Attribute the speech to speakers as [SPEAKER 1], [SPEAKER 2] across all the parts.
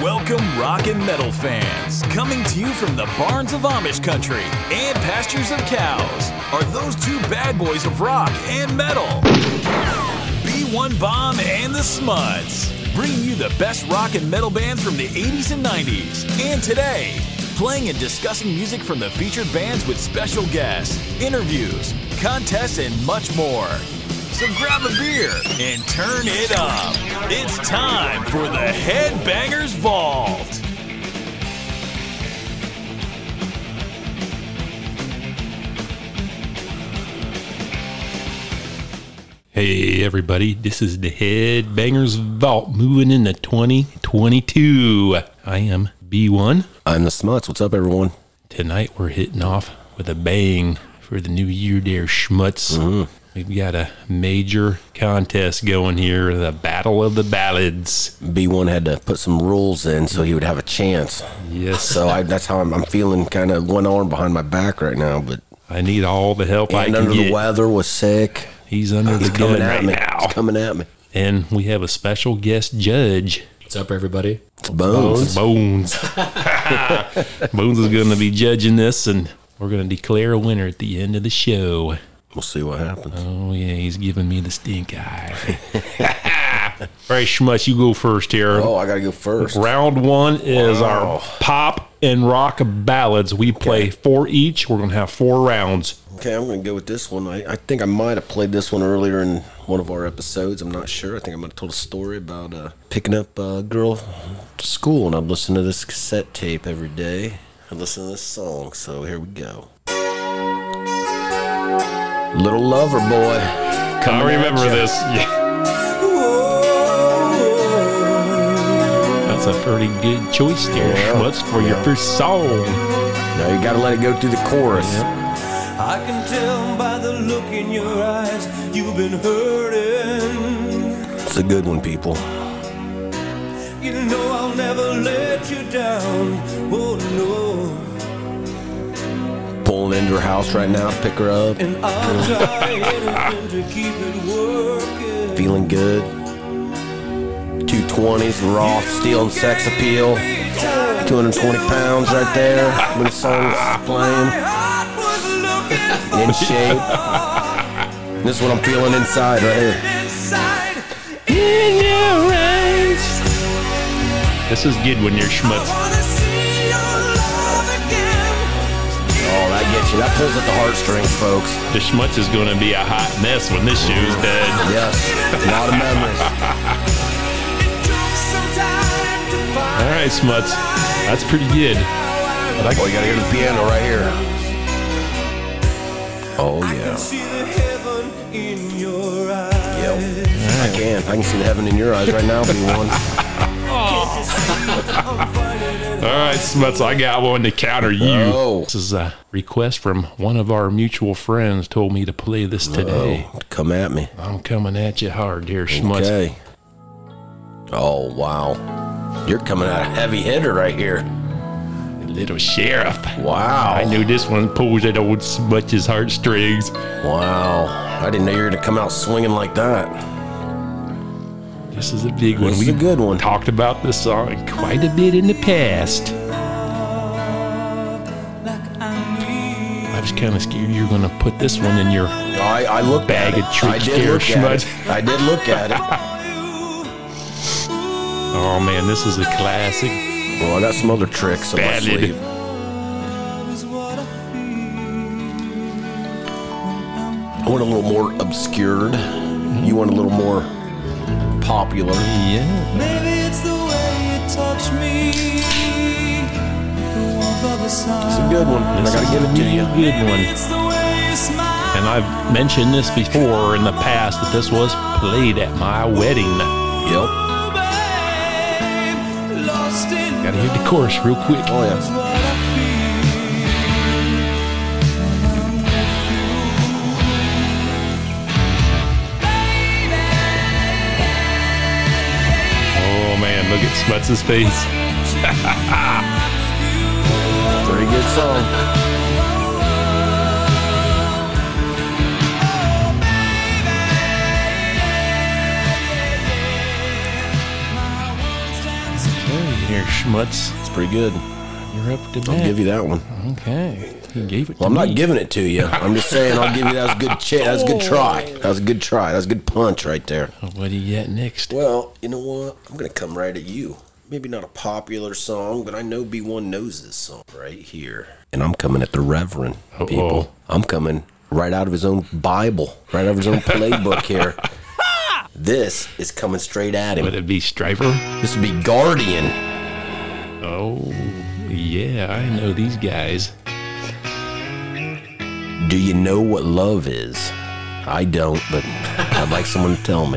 [SPEAKER 1] Welcome, rock and metal fans, coming to you from the barns of Amish country and pastures of cows. Are those two bad boys of rock and metal? B1 Bomb and the Smuds, bringing you the best rock and metal bands from the 80s and 90s, and today. Playing and discussing music from the featured bands with special guests, interviews, contests, and much more. So grab a beer and turn it up. It's time for the Headbangers Vault.
[SPEAKER 2] Hey everybody, this is the Headbangers Vault moving into 2022. I am B1.
[SPEAKER 3] I'm the Smuts. What's up, everyone?
[SPEAKER 2] Tonight we're hitting off with a bang for the new year there schmutz.
[SPEAKER 3] Mm-hmm.
[SPEAKER 2] We've got a major contest going here, the Battle of the Ballads.
[SPEAKER 3] B1 had to put some rules in so he would have a chance.
[SPEAKER 2] Yes.
[SPEAKER 3] So I, that's how I'm, I'm feeling kind of one arm behind my back right now. But
[SPEAKER 2] I need all the help I
[SPEAKER 3] and
[SPEAKER 2] can
[SPEAKER 3] under
[SPEAKER 2] get.
[SPEAKER 3] the weather was sick.
[SPEAKER 2] He's under
[SPEAKER 3] He's
[SPEAKER 2] the
[SPEAKER 3] coming
[SPEAKER 2] gun
[SPEAKER 3] at
[SPEAKER 2] right
[SPEAKER 3] me.
[SPEAKER 2] now.
[SPEAKER 3] He's coming at me.
[SPEAKER 2] And we have a special guest judge.
[SPEAKER 4] What's up, everybody?
[SPEAKER 3] It's bones.
[SPEAKER 2] Bones. Bones is going to be judging this, and we're going to declare a winner at the end of the show.
[SPEAKER 3] We'll see what happens.
[SPEAKER 2] Oh, yeah, he's giving me the stink eye. All right, Schmutz, you go first here.
[SPEAKER 3] oh, I gotta go first.
[SPEAKER 2] Round one is our
[SPEAKER 3] Wow.
[SPEAKER 2] pop and rock ballads. We play four each. We're going to have four rounds.
[SPEAKER 3] Okay, I'm gonna go with this one. I, I think I might have played this one earlier in one of our episodes. I'm not sure. I think I might have told a story about uh, picking up a girl to school, and I'd listen to this cassette tape every day. I'd listen to this song. So here we go. Little lover boy.
[SPEAKER 2] I remember this. Yeah. That's a pretty good choice there,
[SPEAKER 3] Yeah.
[SPEAKER 2] Schmutz, for your
[SPEAKER 3] Yeah.
[SPEAKER 2] first song.
[SPEAKER 3] Now you gotta let it go through the chorus.
[SPEAKER 5] I can tell by the look in your eyes you've been hurting.
[SPEAKER 3] It's a good one, people.
[SPEAKER 5] You know I'll never let you down. Oh no,
[SPEAKER 3] Pulling into her house right now, pick her up.
[SPEAKER 5] and I'll try anything to keep it working.
[SPEAKER 3] Feeling good. 220s, raw, steel, and sex appeal. 220 pounds right there when the song's playing.
[SPEAKER 5] Heart was looking
[SPEAKER 3] In shape. This is what I'm feeling inside right here.
[SPEAKER 5] inside.
[SPEAKER 2] This is good when you're Schmutz.
[SPEAKER 5] Wanna see your love again.
[SPEAKER 3] Oh, that gets you. That pulls at the heartstrings, folks.
[SPEAKER 2] The schmutz is going to be a hot mess when this show's done.
[SPEAKER 3] Yes, a lot of memories.
[SPEAKER 5] Took some time to find
[SPEAKER 2] All right, schmutz. That's pretty good.
[SPEAKER 3] Oh, you gotta hear the piano right here. Oh, yeah.
[SPEAKER 5] see the heaven in your eyes.
[SPEAKER 3] Yep. I can. I can see the heaven in your eyes right now, B1.
[SPEAKER 2] All right, schmutz. I got one to counter you.
[SPEAKER 3] Oh.
[SPEAKER 2] This is a request from one of our mutual friends. Told me to play this today.
[SPEAKER 3] Oh, come at me.
[SPEAKER 2] I'm coming at you hard, dear schmutz.
[SPEAKER 3] Okay. Oh, wow. You're coming out a heavy hitter right here.
[SPEAKER 2] Little sheriff.
[SPEAKER 3] Wow.
[SPEAKER 2] I knew this one pulls at old schmutz's heartstrings.
[SPEAKER 3] Wow. I didn't know you were going to come out swinging like that.
[SPEAKER 2] This is a big one.
[SPEAKER 3] This
[SPEAKER 2] we
[SPEAKER 3] is a good one.
[SPEAKER 2] talked about this song quite a bit in the past. I was kind of scared you were going to put this one in your
[SPEAKER 3] I, I looked
[SPEAKER 2] Bag
[SPEAKER 3] at it.
[SPEAKER 2] of tricks
[SPEAKER 3] I did
[SPEAKER 2] there,
[SPEAKER 3] look at
[SPEAKER 2] schmutt.
[SPEAKER 3] it. I did look at it.
[SPEAKER 2] Oh man, this is a classic.
[SPEAKER 3] Well, I got some other tricks up my
[SPEAKER 2] Ballad.
[SPEAKER 3] sleeve. I went a little more obscured. You went a little more popular.
[SPEAKER 2] Yeah.
[SPEAKER 5] Maybe it's the way you touch me. The warmth of the
[SPEAKER 3] It's a
[SPEAKER 5] sun.
[SPEAKER 3] good one. and I gotta give it to you.
[SPEAKER 2] Good one.
[SPEAKER 5] It's the way you smile.
[SPEAKER 2] And I've mentioned this before in the past that this was played at my wedding.
[SPEAKER 3] Yep.
[SPEAKER 5] babe. Lost in
[SPEAKER 2] Gotta hear the chorus real quick.
[SPEAKER 3] Oh yeah.
[SPEAKER 5] what I feel.
[SPEAKER 2] Oh man, look at Smutz's face.
[SPEAKER 3] Pretty good song.
[SPEAKER 2] Hey there, schmutz.
[SPEAKER 3] It's pretty good.
[SPEAKER 2] You're up to bat.
[SPEAKER 3] I'll give you that one.
[SPEAKER 2] Okay. He gave it
[SPEAKER 3] Well, I'm
[SPEAKER 2] to me.
[SPEAKER 3] not giving it to you. I'm just saying I'll give you that was a good cha- that was a good try. That was a good try. That was a good punch right there.
[SPEAKER 2] What do you got next?
[SPEAKER 3] Well, you know what? I'm gonna come right at you. Maybe not a popular song, but I know B1 knows this song right here. And I'm coming at the Reverend
[SPEAKER 2] Uh-oh.
[SPEAKER 3] people. I'm coming right out of his own Bible, right out of his own playbook here. This is coming straight at
[SPEAKER 2] Would
[SPEAKER 3] him.
[SPEAKER 2] it be Striper?
[SPEAKER 3] This would be Guardian.
[SPEAKER 2] Oh, yeah, I know these guys.
[SPEAKER 3] Do you know what love is? I don't, but I'd like someone to tell me.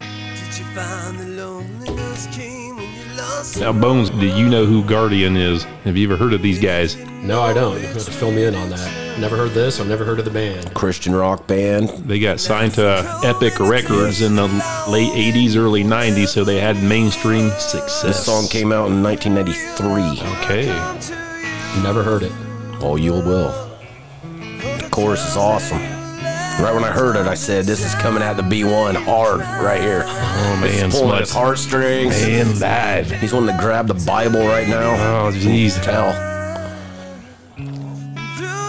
[SPEAKER 5] Did you find the loneliness came when you lost
[SPEAKER 2] Now, Bones, do you know who Guardian is? Have you ever heard of these guys?
[SPEAKER 4] No, I don't. You have to fill me in on that. Never heard this. I've never heard of the band.
[SPEAKER 3] Christian rock band.
[SPEAKER 2] They got signed to uh, Epic Records in the late 80s, early 90s, so they had mainstream success.
[SPEAKER 3] This song came out in 1993.
[SPEAKER 2] Okay.
[SPEAKER 4] Never heard it.
[SPEAKER 3] Oh, you will. The chorus is awesome. Right when I heard it, I said, "This is coming out the B1 hard right here." Oh pulling
[SPEAKER 2] man,
[SPEAKER 3] at his
[SPEAKER 2] Smuts.
[SPEAKER 3] heartstrings.
[SPEAKER 2] And live.
[SPEAKER 3] He's wanting to grab the Bible right now.
[SPEAKER 2] Oh, jeez.
[SPEAKER 3] Tell
[SPEAKER 5] through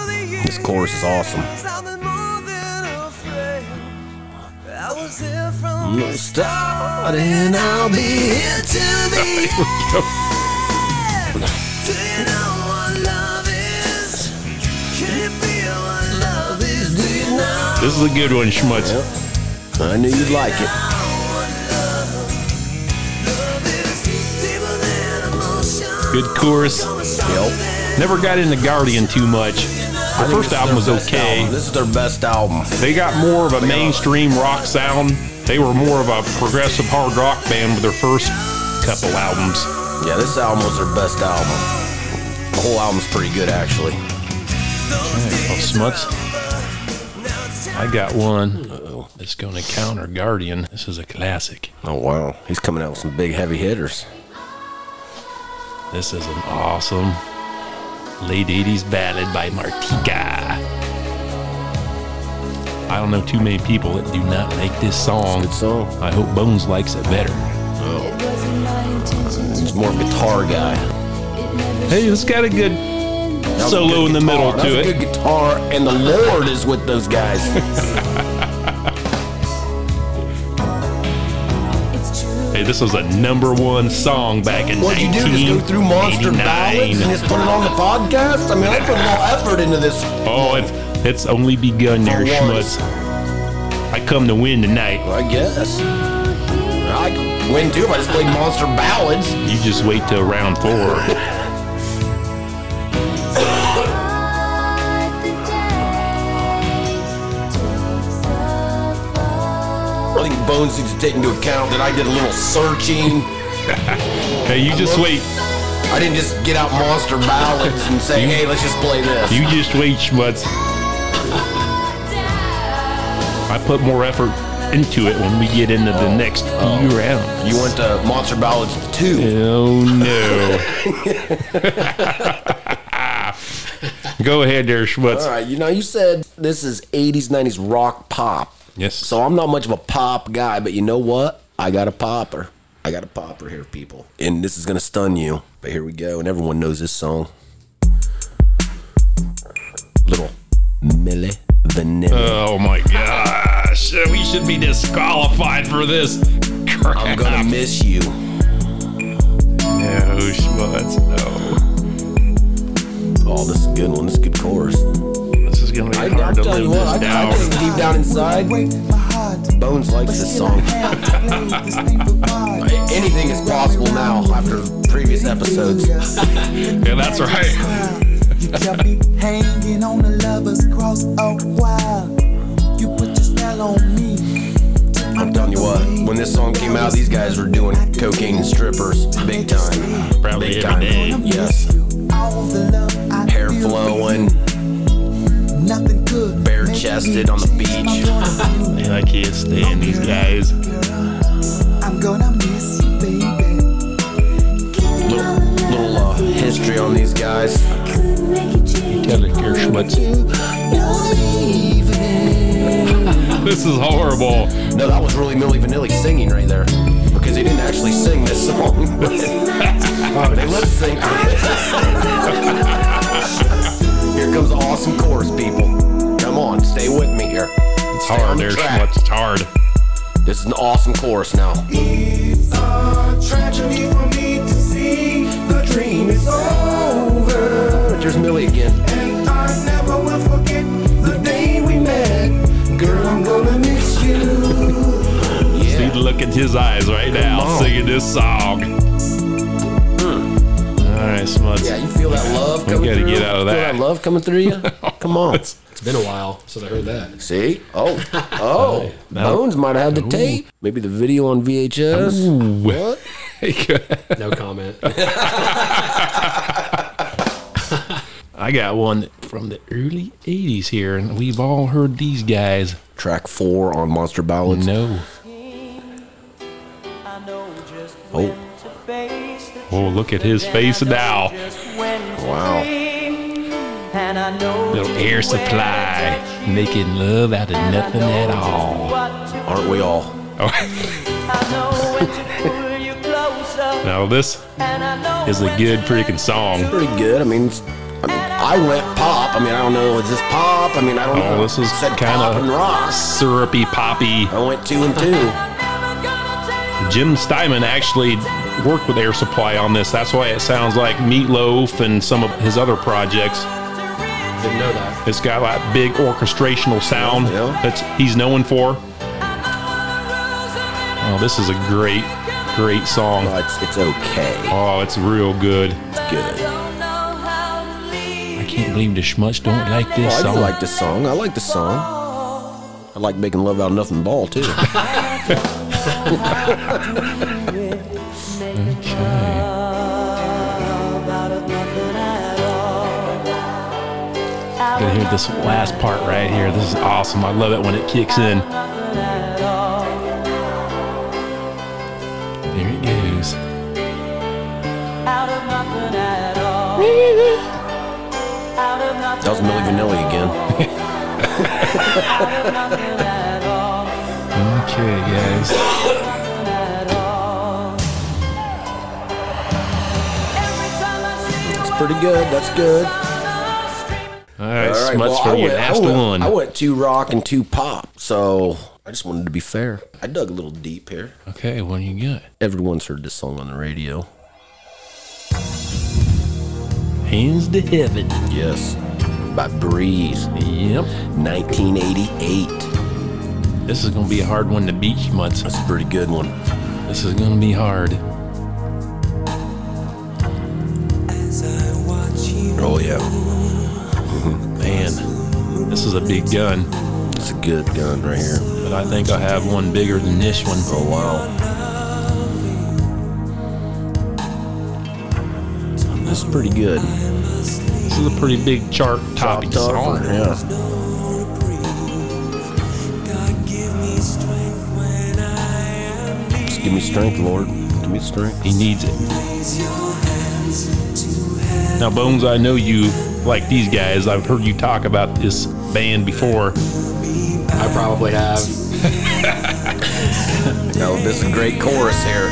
[SPEAKER 5] the
[SPEAKER 3] this chorus is awesome.
[SPEAKER 5] years? I've been more than afraid. I was here from
[SPEAKER 3] I'm
[SPEAKER 5] the
[SPEAKER 3] not starting. I'll be here till the
[SPEAKER 5] end. Do you know what love is? Can you feel what love is? Do you know
[SPEAKER 2] This is a good one, Schmutz.
[SPEAKER 3] I knew you'd like it.
[SPEAKER 5] what love, love is? Deeper than emotion.
[SPEAKER 2] Good chorus.
[SPEAKER 5] Going stronger
[SPEAKER 3] Yep.
[SPEAKER 5] than
[SPEAKER 2] Never got into Guardian too much. Their first album was okay.
[SPEAKER 3] This is their best album.
[SPEAKER 2] They got more of a mainstream rock sound. They were more of a progressive hard rock band with their first couple albums.
[SPEAKER 3] Yeah, this album was their best album. The whole album's pretty good, actually.
[SPEAKER 2] Oh, Smuts. I got one that's going to counter Guardian. This is a classic.
[SPEAKER 3] Oh wow, he's coming out with some big heavy hitters.
[SPEAKER 2] This is an awesome late 80s ballad by Martika. I don't know too many people that do not like this song.
[SPEAKER 3] Good song.
[SPEAKER 2] I hope Bones likes it better.
[SPEAKER 3] He's more guitar guy.
[SPEAKER 2] Hey, it's got a good
[SPEAKER 3] That was a good
[SPEAKER 2] solo in the
[SPEAKER 3] guitar.
[SPEAKER 2] middle
[SPEAKER 3] That was
[SPEAKER 2] to
[SPEAKER 3] a
[SPEAKER 2] it.
[SPEAKER 3] Good guitar, and the Lord is with those guys.
[SPEAKER 2] Hey, this was a number one song back in
[SPEAKER 3] What'd you do? Just go through monster ballads and
[SPEAKER 2] 1989.
[SPEAKER 3] just put it on the podcast? I mean, I put a little effort into this.
[SPEAKER 2] Oh, it's, it's only begun there,
[SPEAKER 3] For once.
[SPEAKER 2] schmutz. I come to win tonight.
[SPEAKER 3] I guess. I could win too if I just played monster ballads.
[SPEAKER 2] You just wait till round four.
[SPEAKER 3] I think Bones needs to take into account that I did a little searching.
[SPEAKER 2] Hey, you just wait.
[SPEAKER 3] I didn't just get out monster ballads and say, "Hey, let's just play this."
[SPEAKER 2] You just wait, schmutz. I put more effort into it when we get into the next few rounds.
[SPEAKER 3] You went to monster ballads two.
[SPEAKER 2] Oh no. Go ahead there, Schmutz.
[SPEAKER 3] All right, you know, you said this is 80s, 90s rock pop.
[SPEAKER 2] Yes.
[SPEAKER 3] So I'm not much of a pop guy, but you know what? I got a popper. I got a popper here, people. And this is going to stun you, but here we go. And everyone knows this song. Little Millie Vanilli.
[SPEAKER 2] Oh my gosh. Uh, We should be disqualified for this. Crap.
[SPEAKER 3] I'm going to miss you.
[SPEAKER 2] No, Schmutz, no.
[SPEAKER 3] Oh, this is a good one. This is a good chorus.
[SPEAKER 2] This is going to
[SPEAKER 3] I,
[SPEAKER 2] be
[SPEAKER 3] I'll
[SPEAKER 2] hard to
[SPEAKER 3] tell you
[SPEAKER 2] live
[SPEAKER 3] what,
[SPEAKER 2] this
[SPEAKER 3] I, I
[SPEAKER 2] down.
[SPEAKER 3] think deep down inside, Bones likes this song. Anything is possible now after previous episodes.
[SPEAKER 2] Yeah, that's right.
[SPEAKER 6] You kept me hanging on the lover's cross a while. You put your spell on me.
[SPEAKER 3] I'm telling you what, when this song came out, these guys were doing cocaine and strippers big time.
[SPEAKER 2] Probably
[SPEAKER 3] big
[SPEAKER 2] every
[SPEAKER 3] time.
[SPEAKER 2] day.
[SPEAKER 3] Yes.
[SPEAKER 6] All the love I
[SPEAKER 3] Hair
[SPEAKER 6] feel for you.
[SPEAKER 3] flowing,
[SPEAKER 6] Nothing could.
[SPEAKER 3] bare
[SPEAKER 6] make me
[SPEAKER 3] chested on the
[SPEAKER 6] change my
[SPEAKER 3] beach.
[SPEAKER 6] point of view.
[SPEAKER 2] Man, I can't stand these guys.
[SPEAKER 6] I'm gonna miss you, baby.
[SPEAKER 3] little, little uh, history on these guys.
[SPEAKER 2] Tell it here, Schmutz. This is horrible.
[SPEAKER 3] No, that was really Millie Vanilli singing right there. actually sing this song. they lip sync. here comes the awesome chorus, people. Come on, stay with me here.
[SPEAKER 2] It's
[SPEAKER 3] Stay on
[SPEAKER 2] hard
[SPEAKER 3] the
[SPEAKER 2] there,
[SPEAKER 3] track.
[SPEAKER 2] Schmutz. It's hard.
[SPEAKER 3] This is an awesome chorus now.
[SPEAKER 7] It's a tragedy for me to see the dream is over.
[SPEAKER 3] There's Millie again.
[SPEAKER 7] And I never will forget the day we met. Girl, I'm gonna miss you.
[SPEAKER 2] See the look in his eyes right now singing this song. All right, Smuts.
[SPEAKER 3] Hmm. Yeah, you feel that love
[SPEAKER 2] We
[SPEAKER 3] coming
[SPEAKER 2] gotta
[SPEAKER 3] through?
[SPEAKER 2] get out of
[SPEAKER 3] Feel
[SPEAKER 2] that.
[SPEAKER 3] that love coming through you? Come on.
[SPEAKER 4] It's been a while since I heard that.
[SPEAKER 3] See? Oh. Oh. Bones might have had the tape. Maybe the video on VHS. What?
[SPEAKER 4] No comment.
[SPEAKER 2] I got one from the early 80s here, and we've all heard these guys.
[SPEAKER 3] Track four on Monster Ballads.
[SPEAKER 2] No.
[SPEAKER 3] Oh.
[SPEAKER 2] Oh, look at his face now.
[SPEAKER 3] Wow.
[SPEAKER 2] Little air supply. Making love out of nothing at all.
[SPEAKER 3] Aren't we all?
[SPEAKER 2] Now, this is a good freaking song.
[SPEAKER 3] Pretty good. I mean, it's- I mean, I went pop. I mean, I don't know. Is this pop? I mean, I don't know.
[SPEAKER 2] Oh, this is
[SPEAKER 3] Said
[SPEAKER 2] kind
[SPEAKER 3] pop and rock.
[SPEAKER 2] of syrupy, poppy.
[SPEAKER 3] I went two and two.
[SPEAKER 2] Jim Steinman actually worked with Air Supply on this. That's why it sounds like Meatloaf and some of his other projects.
[SPEAKER 4] Didn't know that.
[SPEAKER 2] It's got that big orchestrational sound
[SPEAKER 3] Yeah.
[SPEAKER 2] that's he's known for. Oh, this is a great, great song.
[SPEAKER 3] No, it's, it's okay.
[SPEAKER 2] Oh, it's real good.
[SPEAKER 3] It's good.
[SPEAKER 2] I can't believe the schmutz don't like this
[SPEAKER 3] Oh, I
[SPEAKER 2] song.
[SPEAKER 3] do like this song. I like this song. I like making love out of nothing ball too.
[SPEAKER 2] okay. Gotta hear this last part right here. This is awesome. I love it when it kicks in. There it goes.
[SPEAKER 3] That was Millie Vanilli again.
[SPEAKER 2] Okay, guys.
[SPEAKER 3] It's pretty good. That's good.
[SPEAKER 2] All right,
[SPEAKER 3] All right,
[SPEAKER 2] smuts
[SPEAKER 3] well,
[SPEAKER 2] for
[SPEAKER 3] I
[SPEAKER 2] you.
[SPEAKER 3] went- I
[SPEAKER 2] Last
[SPEAKER 3] went-
[SPEAKER 2] one.
[SPEAKER 3] I went two rock and two pop, so I just wanted to be fair. I dug a little deep here.
[SPEAKER 2] Okay, what do you got?
[SPEAKER 3] Everyone's heard this song on the radio.
[SPEAKER 2] Hands to heaven.
[SPEAKER 3] Yes, by Breeze,
[SPEAKER 2] Yep.
[SPEAKER 3] 1988.
[SPEAKER 2] This is gonna be a hard one to beat, schmutz.
[SPEAKER 3] That's a pretty good one.
[SPEAKER 2] This is gonna be hard.
[SPEAKER 3] Oh yeah,
[SPEAKER 2] Man, this is a big gun,
[SPEAKER 3] it's a good gun right here.
[SPEAKER 2] but I think I have one bigger than this one.
[SPEAKER 3] Oh wow, that's pretty good.
[SPEAKER 2] This is a pretty big chart topping
[SPEAKER 3] Chopped up,
[SPEAKER 2] song.
[SPEAKER 3] Yeah, just give me strength, Lord. Give me strength.
[SPEAKER 2] He needs it. Now, Bones, I know you like these guys. I've heard you talk about this band before.
[SPEAKER 4] I probably have.
[SPEAKER 3] No, this is a great chorus here.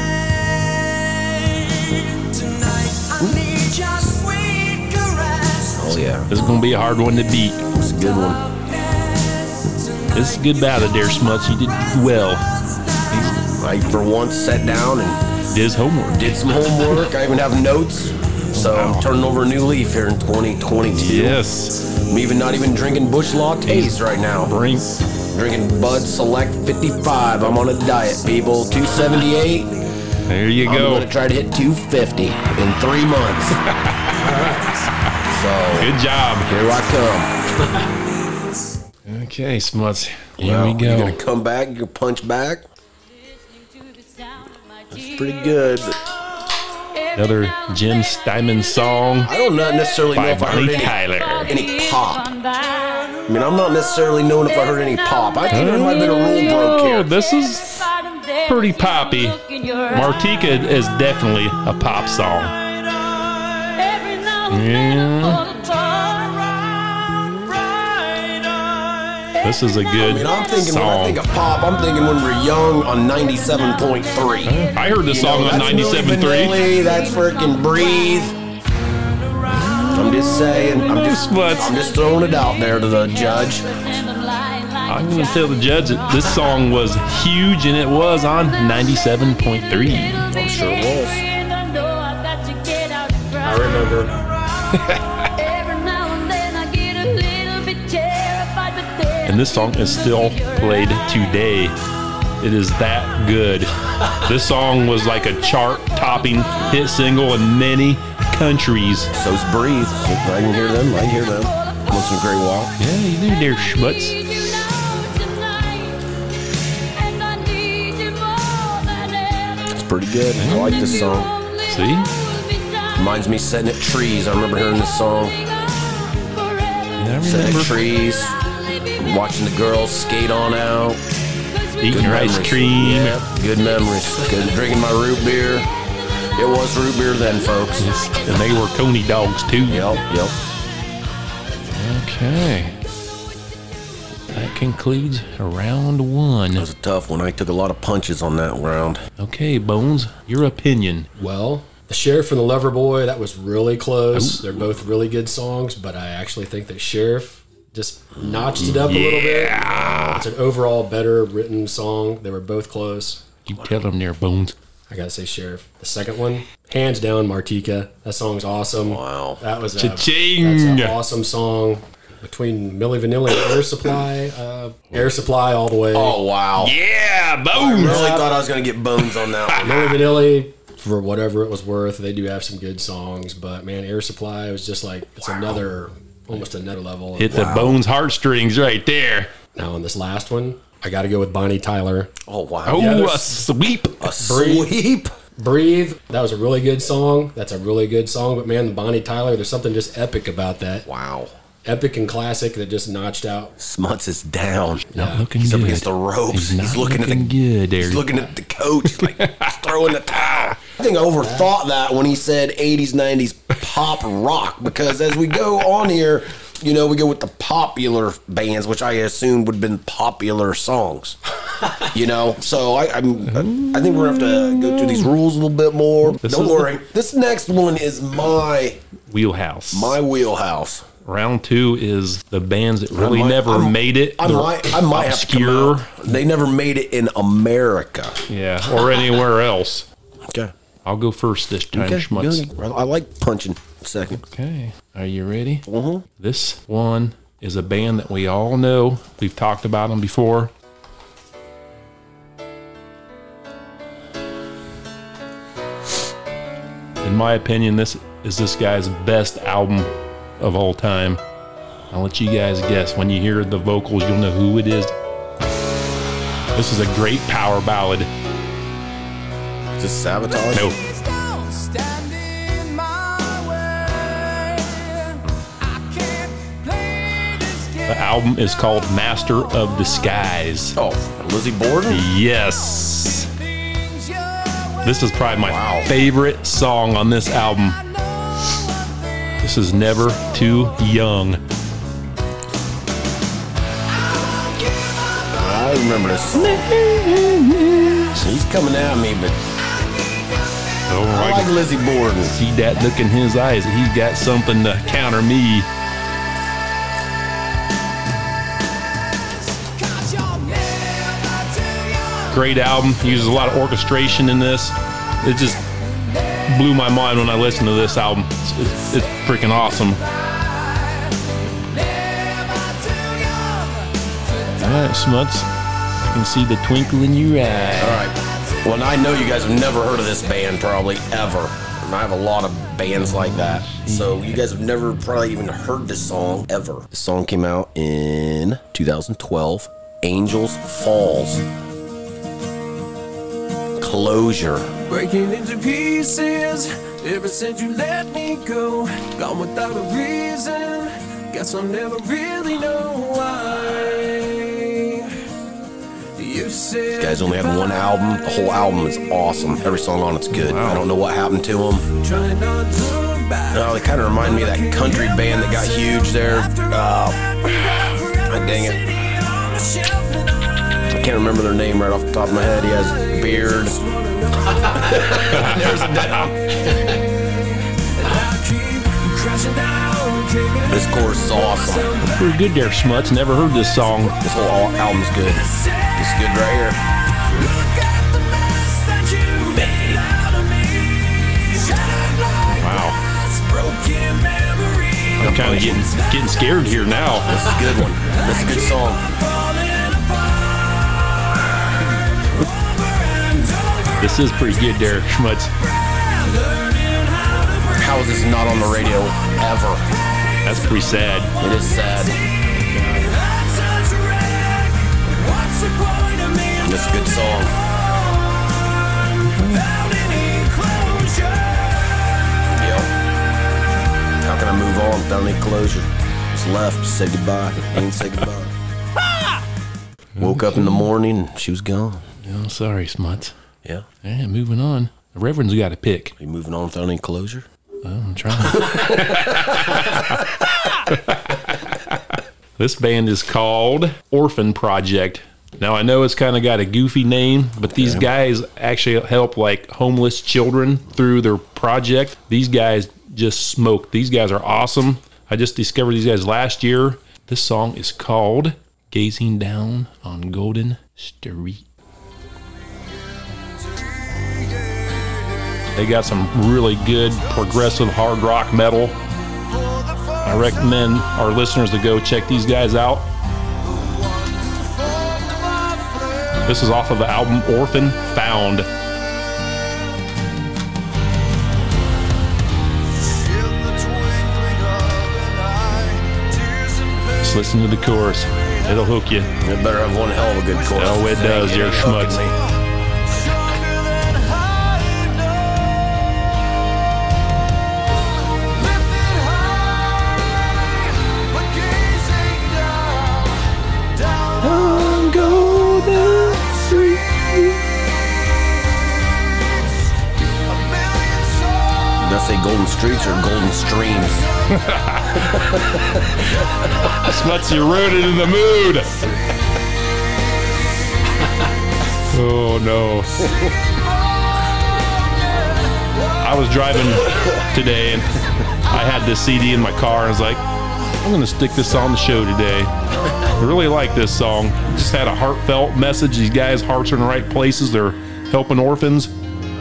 [SPEAKER 3] Oh yeah,
[SPEAKER 2] This is gonna be a hard one to beat.
[SPEAKER 3] it's a good one.
[SPEAKER 2] This is a good battle, dear Smuts. You did well.
[SPEAKER 3] I for once sat down and
[SPEAKER 2] Did his homework.
[SPEAKER 3] did some homework. I even have notes. So I'm turning over a new leaf here in 2022.
[SPEAKER 2] Yes.
[SPEAKER 3] I'm even not even drinking Bush lattes right now.
[SPEAKER 2] Bring.
[SPEAKER 3] Drinking Bud Select 55. I'm on a diet, people. 278.
[SPEAKER 2] There you
[SPEAKER 3] I'm
[SPEAKER 2] go.
[SPEAKER 3] gonna try to hit 250 in three months. so
[SPEAKER 2] Good job.
[SPEAKER 3] here I
[SPEAKER 2] Okay, Smuts.
[SPEAKER 3] come.
[SPEAKER 2] Here
[SPEAKER 3] Well,
[SPEAKER 2] we
[SPEAKER 3] You
[SPEAKER 2] go.
[SPEAKER 3] gonna come back? You gonna punch back? Pretty good. but
[SPEAKER 2] Another Jim Steinman song
[SPEAKER 3] I don't not necessarily know
[SPEAKER 2] by
[SPEAKER 3] if I heard
[SPEAKER 2] Bonnie
[SPEAKER 3] any,
[SPEAKER 2] Tyler.
[SPEAKER 3] any pop. I mean, I'm not necessarily knowing if I heard any pop. I think there might have been a rule broke
[SPEAKER 2] Oh,
[SPEAKER 3] here.
[SPEAKER 2] this is pretty poppy. Martika is definitely a pop song. Yeah. This is a good
[SPEAKER 3] I mean, I'm thinking
[SPEAKER 2] song.
[SPEAKER 3] when I think of pop, I'm thinking when we're young on 97.3.
[SPEAKER 2] I heard this
[SPEAKER 3] You know,
[SPEAKER 2] song on
[SPEAKER 3] that's Milli
[SPEAKER 2] 97.3.
[SPEAKER 3] Vanilli, That's freaking breathe. I'm just saying. I'm just.
[SPEAKER 2] But-
[SPEAKER 3] I'm just throwing it out there to the judge.
[SPEAKER 2] I'm going to tell the judge that this song was huge and it was on 97.3.
[SPEAKER 8] I'm
[SPEAKER 3] sure it was.
[SPEAKER 4] I remember.
[SPEAKER 2] And this song is still played today. It is that good. this song was like a chart topping hit single in many countries.
[SPEAKER 3] So's breathe. I can hear them. I can hear them. Once in a great while.
[SPEAKER 2] Yeah, you do, dear schmutz.
[SPEAKER 3] It's pretty good. I like this song.
[SPEAKER 2] See?
[SPEAKER 3] Reminds me setting at trees. I remember hearing this song.
[SPEAKER 2] Yeah, I
[SPEAKER 3] Setting
[SPEAKER 2] remember
[SPEAKER 3] at trees. Watching the girls skate on out.
[SPEAKER 2] eating your ice
[SPEAKER 3] memories.
[SPEAKER 2] cream.
[SPEAKER 3] Yeah, good memories. Good drinking my root beer. It was root beer then, folks.
[SPEAKER 2] And they were Coney dogs too.
[SPEAKER 3] Yep, yep.
[SPEAKER 2] Okay. That concludes round
[SPEAKER 3] It
[SPEAKER 2] one.
[SPEAKER 3] was a tough one. I took a lot of punches on that round.
[SPEAKER 2] Okay, Bones, your opinion.
[SPEAKER 4] Well, The Sheriff and the Lover Boy, that was really close. They're both really good songs, but I actually think that Sheriff just notched it up a little bit. It's an overall better written song. They were both close.
[SPEAKER 2] You tell them there, Bones.
[SPEAKER 4] I gotta say, Sheriff. The second one, hands down, Martika. That song's awesome.
[SPEAKER 3] Wow.
[SPEAKER 4] that was a, that's
[SPEAKER 2] Cha-ching!
[SPEAKER 4] an awesome song. Between Milli Vanilli and Air Supply, uh, Air Supply all the way.
[SPEAKER 3] Oh, wow.
[SPEAKER 2] Yeah,
[SPEAKER 3] I
[SPEAKER 2] Bones!
[SPEAKER 3] really thought I was going to get bones on that one.
[SPEAKER 4] Milli Vanilli, for whatever it was worth, they do have some good songs, but man, Air Supply was just like it's another, almost another level.
[SPEAKER 2] Hit the Bones heartstrings right there.
[SPEAKER 4] now on this last one, I got to go with Bonnie Tyler.
[SPEAKER 3] Oh, wow.
[SPEAKER 2] Oh,
[SPEAKER 4] Yeah,
[SPEAKER 2] a
[SPEAKER 4] there's-
[SPEAKER 2] sweep.
[SPEAKER 3] A sweep.
[SPEAKER 4] Breathe. That was a really good song. That's a really good song, but man, the Bonnie Tyler, there's something just epic about that.
[SPEAKER 3] Wow.
[SPEAKER 4] Epic and classic that just notched out.
[SPEAKER 3] Smuts is down.
[SPEAKER 2] Not looking
[SPEAKER 3] He's
[SPEAKER 2] good.
[SPEAKER 3] up against the ropes. He's,
[SPEAKER 2] not
[SPEAKER 3] looking, at the
[SPEAKER 2] good there.
[SPEAKER 3] He's looking at the coach. He's like he's throwing the towel. I think I overthought that when he said 80s, 90s pop rock because as we go on here, you know, we go with the popular bands, which I assumed would have been popular songs. You know, so I, I'm, I think we're gonna have to go through these rules a little bit more. Don't
[SPEAKER 2] is
[SPEAKER 3] worry. This next one is my
[SPEAKER 2] Wheelhouse.
[SPEAKER 3] my wheelhouse.
[SPEAKER 2] Round two is the bands that really
[SPEAKER 3] might-
[SPEAKER 2] never
[SPEAKER 3] I'm-
[SPEAKER 2] made it.
[SPEAKER 3] I
[SPEAKER 2] They're
[SPEAKER 3] might, I might have to come
[SPEAKER 2] obscure.
[SPEAKER 3] out. They never made it in America.
[SPEAKER 2] Yeah, or anywhere else.
[SPEAKER 3] Okay.
[SPEAKER 2] I'll go first this time,
[SPEAKER 3] Okay,
[SPEAKER 2] Schmutz.
[SPEAKER 3] good. I I like punching. Second,
[SPEAKER 2] Okay. Are you ready? This one is a band that we all know. We've talked about them before. In my opinion, this is this guy's best album of all time. I'll let you guys guess. When you hear the vocals, you'll know who it is. This is a great power ballad.
[SPEAKER 3] just sabotage.
[SPEAKER 2] No, the album is called Master of Disguise.
[SPEAKER 3] Oh, Lizzie Borden.
[SPEAKER 2] Yes. This is probably my favorite song on this album. This is Never Too Young.
[SPEAKER 3] I remember this. song. He's coming at me, but
[SPEAKER 2] Oh
[SPEAKER 3] I
[SPEAKER 2] my
[SPEAKER 3] like
[SPEAKER 2] God.
[SPEAKER 3] Lizzie Borden.
[SPEAKER 2] See that look in his eyes. He's got something to counter me. Great album. Uses a lot of orchestration in this. It just blew my mind when I listened to this album. It's, it's, it's freaking awesome. All right, Smuts. I can see the twinkle in your eye.
[SPEAKER 3] All right. Well, and I know you guys have never heard of this band, probably ever. And I have a lot of bands like that, so you guys have never probably even heard this song ever. This song came out in 2012. Angels Falls. Closure.
[SPEAKER 5] Breaking into pieces ever since you let me go. Gone without a reason. Guess I'll never really know why. You said
[SPEAKER 3] Guys only have one album. The whole album is awesome. Every song on it's good. I don't know what happened to them.
[SPEAKER 5] Trying not to look back.
[SPEAKER 3] Oh, they kind of remind me of that country band that got huge there. Uh,
[SPEAKER 5] Ah,
[SPEAKER 3] dang it.
[SPEAKER 5] on a shelf and I
[SPEAKER 3] I can't remember their name right off the top of my head. He has a beard.
[SPEAKER 5] just wanna know. There's a doubt. And I keep crashing down, kicking
[SPEAKER 3] This chorus is awesome.
[SPEAKER 2] Pretty good there, Schmutz. Never heard this song.
[SPEAKER 3] This whole al- album's good. It's good right here.
[SPEAKER 5] Look at the mess that you made out of me. Shattered like
[SPEAKER 2] Wow.
[SPEAKER 5] glass, broken memories.
[SPEAKER 2] I'm kind of getting getting scared here now.
[SPEAKER 3] This is a good one. This is a good song.
[SPEAKER 5] Falling apart. Over and over.
[SPEAKER 2] This is pretty good there, Schmutz.
[SPEAKER 5] Learning how to breathe.
[SPEAKER 3] How is this not on the radio ever?
[SPEAKER 2] That's pretty sad.
[SPEAKER 3] It is sad.
[SPEAKER 5] I'm such a wreck. What's the point of me
[SPEAKER 3] That's a good song.
[SPEAKER 5] alone Without any closure.
[SPEAKER 3] Yo. How can I move on without any closure? Just left, said goodbye, and said goodbye. Woke up in the morning, she was gone.
[SPEAKER 2] I'm sorry, Smuts.
[SPEAKER 3] Yeah.
[SPEAKER 2] Yeah, moving on. The Reverend's got a pick.
[SPEAKER 3] You moving on without any closure?
[SPEAKER 2] I'm trying. this band is called Orphan Project. Now I know it's kind of got a goofy name, but these guys actually help like homeless children through their project. These guys just smoke. These guys are awesome. I just discovered these guys last year. This song is called Gazing Down on Golden Street. They got some really good progressive hard rock metal. I recommend our listeners to go check these guys out. This is off of the album Orphan Found. Just listen to the chorus. It'll hook you.
[SPEAKER 3] It better have one hell of a good chorus.
[SPEAKER 2] Oh, it
[SPEAKER 3] This thing
[SPEAKER 2] does,
[SPEAKER 3] is
[SPEAKER 2] you're
[SPEAKER 3] fucking
[SPEAKER 2] schmutz.
[SPEAKER 3] me. Did I say golden streets or golden streams?
[SPEAKER 2] Smuts, you ruined it in the mood. oh no. I was driving today and I had this CD in my car. and I was like, I'm going to stick this on the show today. I really like this song. Just had a heartfelt message. These guys' hearts are in the right places. They're helping orphans.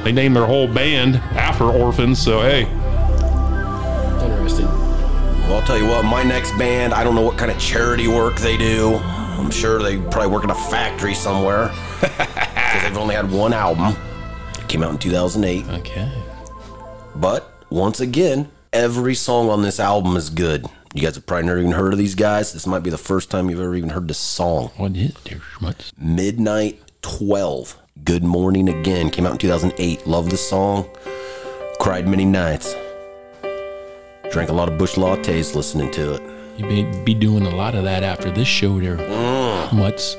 [SPEAKER 2] They named their whole band after orphans. So, hey,
[SPEAKER 4] Interesting.
[SPEAKER 3] Well, I'll tell you what, my next band, I don't know what kind of charity work they do. I'm sure they probably work in a factory somewhere. 'Cause they've only had one album. It came out in 2008.
[SPEAKER 2] okay.
[SPEAKER 3] But once again, every song on this album is good. You guys have probably never even heard of these guys. This might be the first time you've ever even heard this song.
[SPEAKER 2] What is there, Schmutz?
[SPEAKER 3] Midnight 12. Good Morning Again came out in 2008. Love this song. Cried many nights. Drank a lot of bush lattes listening to it.
[SPEAKER 2] You may be doing a lot of that after this show there. Schmutz.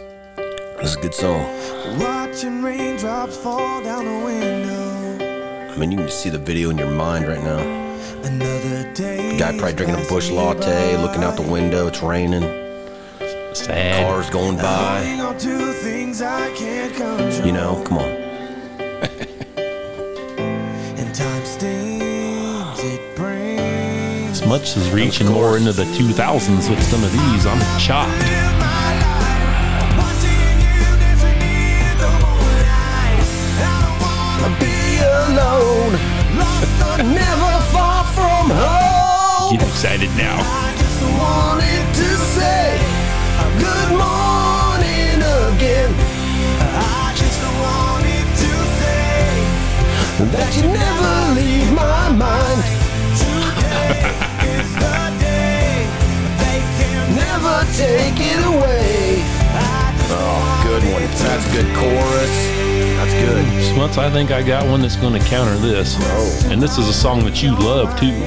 [SPEAKER 3] This is Mm. a good song.
[SPEAKER 6] Watching raindrops fall down the window.
[SPEAKER 3] I mean, you can just see the video in your mind right now.
[SPEAKER 6] Another day.
[SPEAKER 3] Guy probably drinking a bush latte, looking out the window. It's raining.
[SPEAKER 2] Sad.
[SPEAKER 3] Cars going by.
[SPEAKER 6] on to things I can't control.
[SPEAKER 3] You know, come on.
[SPEAKER 6] And time stings, it brings.
[SPEAKER 2] Smuts is reaching more into the 2000s with some of these. I'm shocked.
[SPEAKER 3] Be alone. Lost or never far from home.
[SPEAKER 2] Get excited now.
[SPEAKER 3] I just wanted to say good morning again. I just wanted to say that you never leave my mind. Never take it away. Oh, good one. That's good chorus. That's good.
[SPEAKER 2] Smuts, I think I got one that's going to counter this.
[SPEAKER 3] Oh.
[SPEAKER 2] And this is a song that you love too.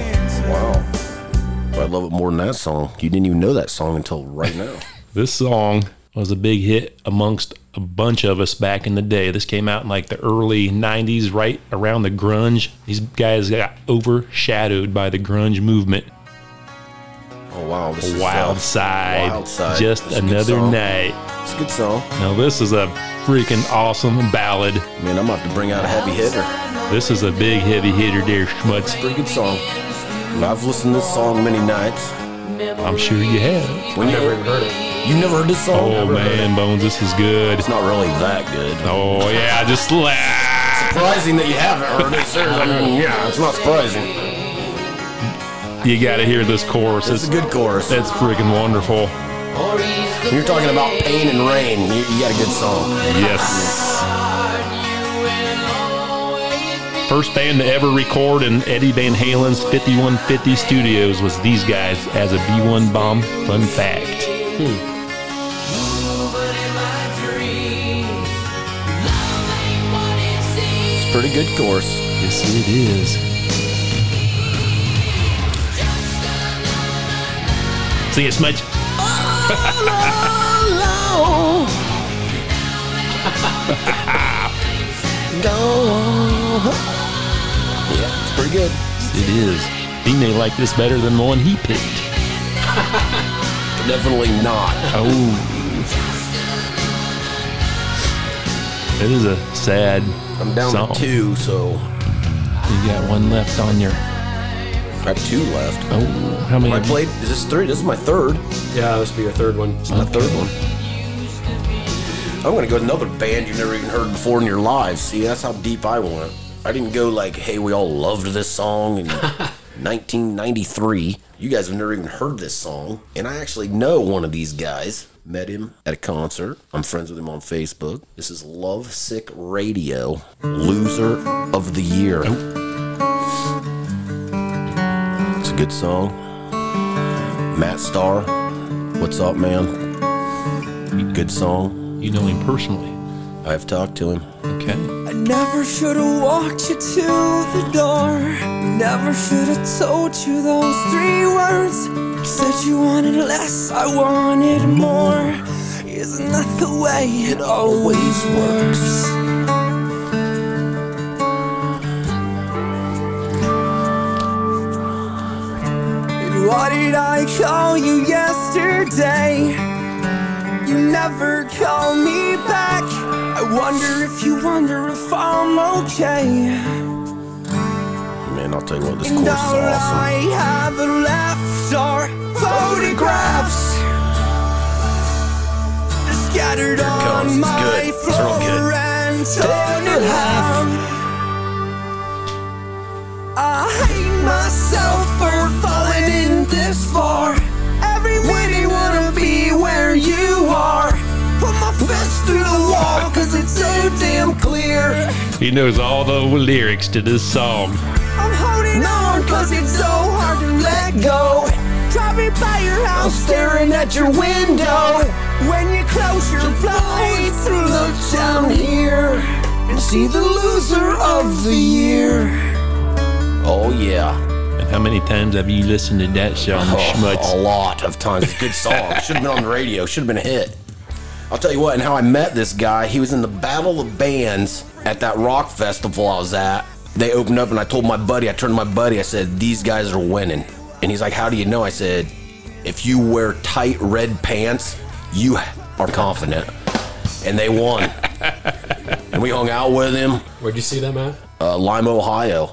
[SPEAKER 3] Wow. I love it more than that song. You didn't even know that song until right now.
[SPEAKER 2] This song was a big hit amongst a bunch of us back in the day. This came out in like the early 90s, right around the grunge. These guys got overshadowed by the grunge movement.
[SPEAKER 3] Oh wow! This is, uh,
[SPEAKER 2] Wild Side.
[SPEAKER 3] Wild Side.
[SPEAKER 2] Just
[SPEAKER 3] It's a good
[SPEAKER 2] another
[SPEAKER 3] song.
[SPEAKER 2] night.
[SPEAKER 3] It's a good song.
[SPEAKER 2] Now this is a freaking awesome ballad.
[SPEAKER 3] Man, I'm gonna have to bring out a heavy hitter.
[SPEAKER 2] This is a big heavy hitter, dear Schmutz.
[SPEAKER 3] Pretty good song. I've listened to this song many nights.
[SPEAKER 2] I'm sure you have.
[SPEAKER 3] We never even heard it. You never heard this song?
[SPEAKER 2] Oh
[SPEAKER 3] Never heard it.
[SPEAKER 2] man, Bones, this is good.
[SPEAKER 3] It's not really that good.
[SPEAKER 2] Oh yeah, just slap.
[SPEAKER 3] Surprising that you haven't heard it, sir. I mean, yeah, it's not surprising.
[SPEAKER 2] You gotta hear this chorus.
[SPEAKER 3] It's
[SPEAKER 2] It's
[SPEAKER 3] a good chorus.
[SPEAKER 2] that's freaking wonderful.
[SPEAKER 3] When you're talking about pain and rain, you, you got a good song.
[SPEAKER 2] Yes. First band to ever record in Eddie Van Halen's 5150 Studios was these guys as a B1 bomb. Fun fact.
[SPEAKER 3] It's a pretty good chorus.
[SPEAKER 2] Yes, it is. See it, Smudge.
[SPEAKER 3] Yeah, it's pretty good.
[SPEAKER 2] It is. He may like this better than the one he picked.
[SPEAKER 3] Definitely not.
[SPEAKER 2] Oh. It is a sad
[SPEAKER 3] I'm down
[SPEAKER 2] song.
[SPEAKER 3] to two, so
[SPEAKER 2] You got one left on your.
[SPEAKER 3] I have two left.
[SPEAKER 2] Oh, how many?
[SPEAKER 3] I
[SPEAKER 2] have you-
[SPEAKER 3] played. Is this three? This is my third.
[SPEAKER 4] Yeah, this would be your third one.
[SPEAKER 3] My third one. I'm gonna go with another band you've never even heard before in your lives. See, that's how deep I went. I didn't go like, "Hey, we all loved this song in 1993." You guys have never even heard this song, and I actually know one of these guys. Met him at a concert. I'm friends with him on Facebook. This is Love Sick Radio, Loser of the Year. It's a good song. Matt Starr, what's up, man? Good song.
[SPEAKER 2] You know him personally.
[SPEAKER 3] I've talked to him.
[SPEAKER 2] Okay.
[SPEAKER 5] I never should have walked you to the door. Never should have told you those three words. You said you wanted less, I wanted more. Isn't that the way it always works? And why did I call you yesterday? You never call me back. I wonder if you wonder if I'm okay.
[SPEAKER 3] Man, I'll tell you what, this
[SPEAKER 5] And
[SPEAKER 3] course is
[SPEAKER 5] all
[SPEAKER 3] awesome.
[SPEAKER 5] I have left are photographs. They're scattered
[SPEAKER 3] comes.
[SPEAKER 5] on
[SPEAKER 3] It's
[SPEAKER 5] my
[SPEAKER 3] good. It's real
[SPEAKER 5] floor
[SPEAKER 3] good.
[SPEAKER 5] and torn in half. I hate myself for falling in this far. Every minute wanna be where you are. Put my fist through the wall, cause it's so damn clear.
[SPEAKER 2] He knows all the lyrics to this song.
[SPEAKER 5] I'm holding on cause it's so hard to let go. Driving by your house, staring at your window. When you close your blinds, look down here and see the loser of the year.
[SPEAKER 3] Oh, yeah.
[SPEAKER 2] And how many times have you listened to that song,
[SPEAKER 3] Oh, a
[SPEAKER 2] Schmutz?
[SPEAKER 3] lot of times. It's a good song. Should have been on the radio. Should have been a hit. I'll tell you what, and how I met this guy, he was in the Battle of Bands at that rock festival I was at. They opened up, and I told my buddy, I turned to my buddy, I said, These guys are winning. And he's like, How do you know? I said, If you wear tight red pants, you are confident. And they won. and we hung out with him.
[SPEAKER 4] Where'd you see them at?
[SPEAKER 3] uh, Lima, Ohio.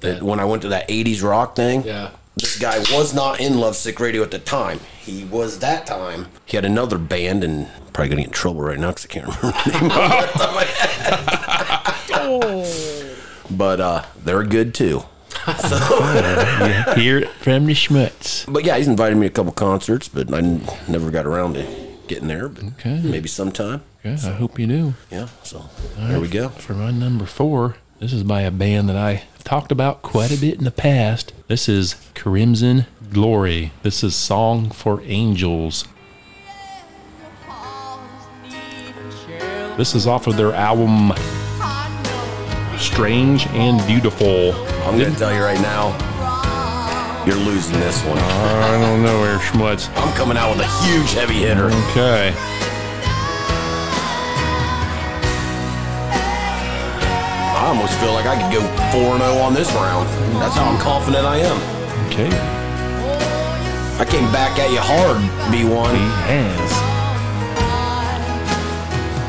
[SPEAKER 3] That when I went to that '80s rock thing,
[SPEAKER 4] Yeah.
[SPEAKER 3] this guy was not in Love Sick Radio at the time. He was that time. He had another band, and I'm probably gonna get in trouble right now because I can't remember the name. off the top of my head. but uh, they're good too.
[SPEAKER 2] You Hear it from the Schmutz.
[SPEAKER 3] But yeah, he's invited me to a couple concerts, but I n- never got around to getting there. But
[SPEAKER 2] Okay.
[SPEAKER 3] maybe sometime.
[SPEAKER 2] Yeah, I hope you do.
[SPEAKER 3] Yeah. So there we go.
[SPEAKER 2] For my number four, this is by a band that I talked about quite a bit in the past. This is Crimson Glory. This is Song for Angels. This is off of their album Strange and Beautiful.
[SPEAKER 3] I'm gonna tell you right now, you're losing this one.
[SPEAKER 2] I don't know, Air Schmutz.
[SPEAKER 3] I'm coming out with a huge heavy hitter.
[SPEAKER 2] Okay.
[SPEAKER 3] I almost feel like I could go 4 0 on this round. That's how confident I am.
[SPEAKER 2] Okay.
[SPEAKER 3] I came back at you hard, B1.
[SPEAKER 2] has.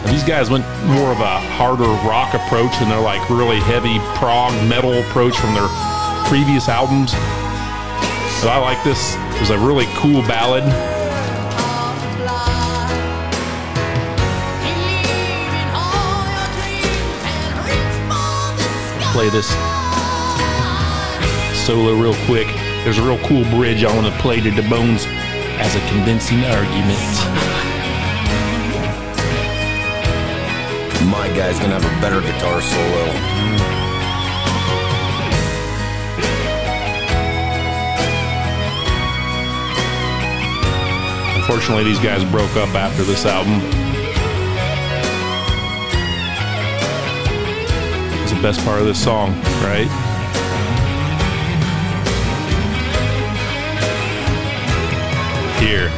[SPEAKER 2] These guys went more of a harder rock approach and their like really heavy prog metal approach from their previous albums. So I like this. It was a really cool ballad. Play this solo real quick. There's a real cool bridge I want to play to the bones as a convincing argument.
[SPEAKER 3] My guy's gonna have a better guitar solo.
[SPEAKER 2] Unfortunately, these guys broke up after this album. It's the best part of this song, right? Here.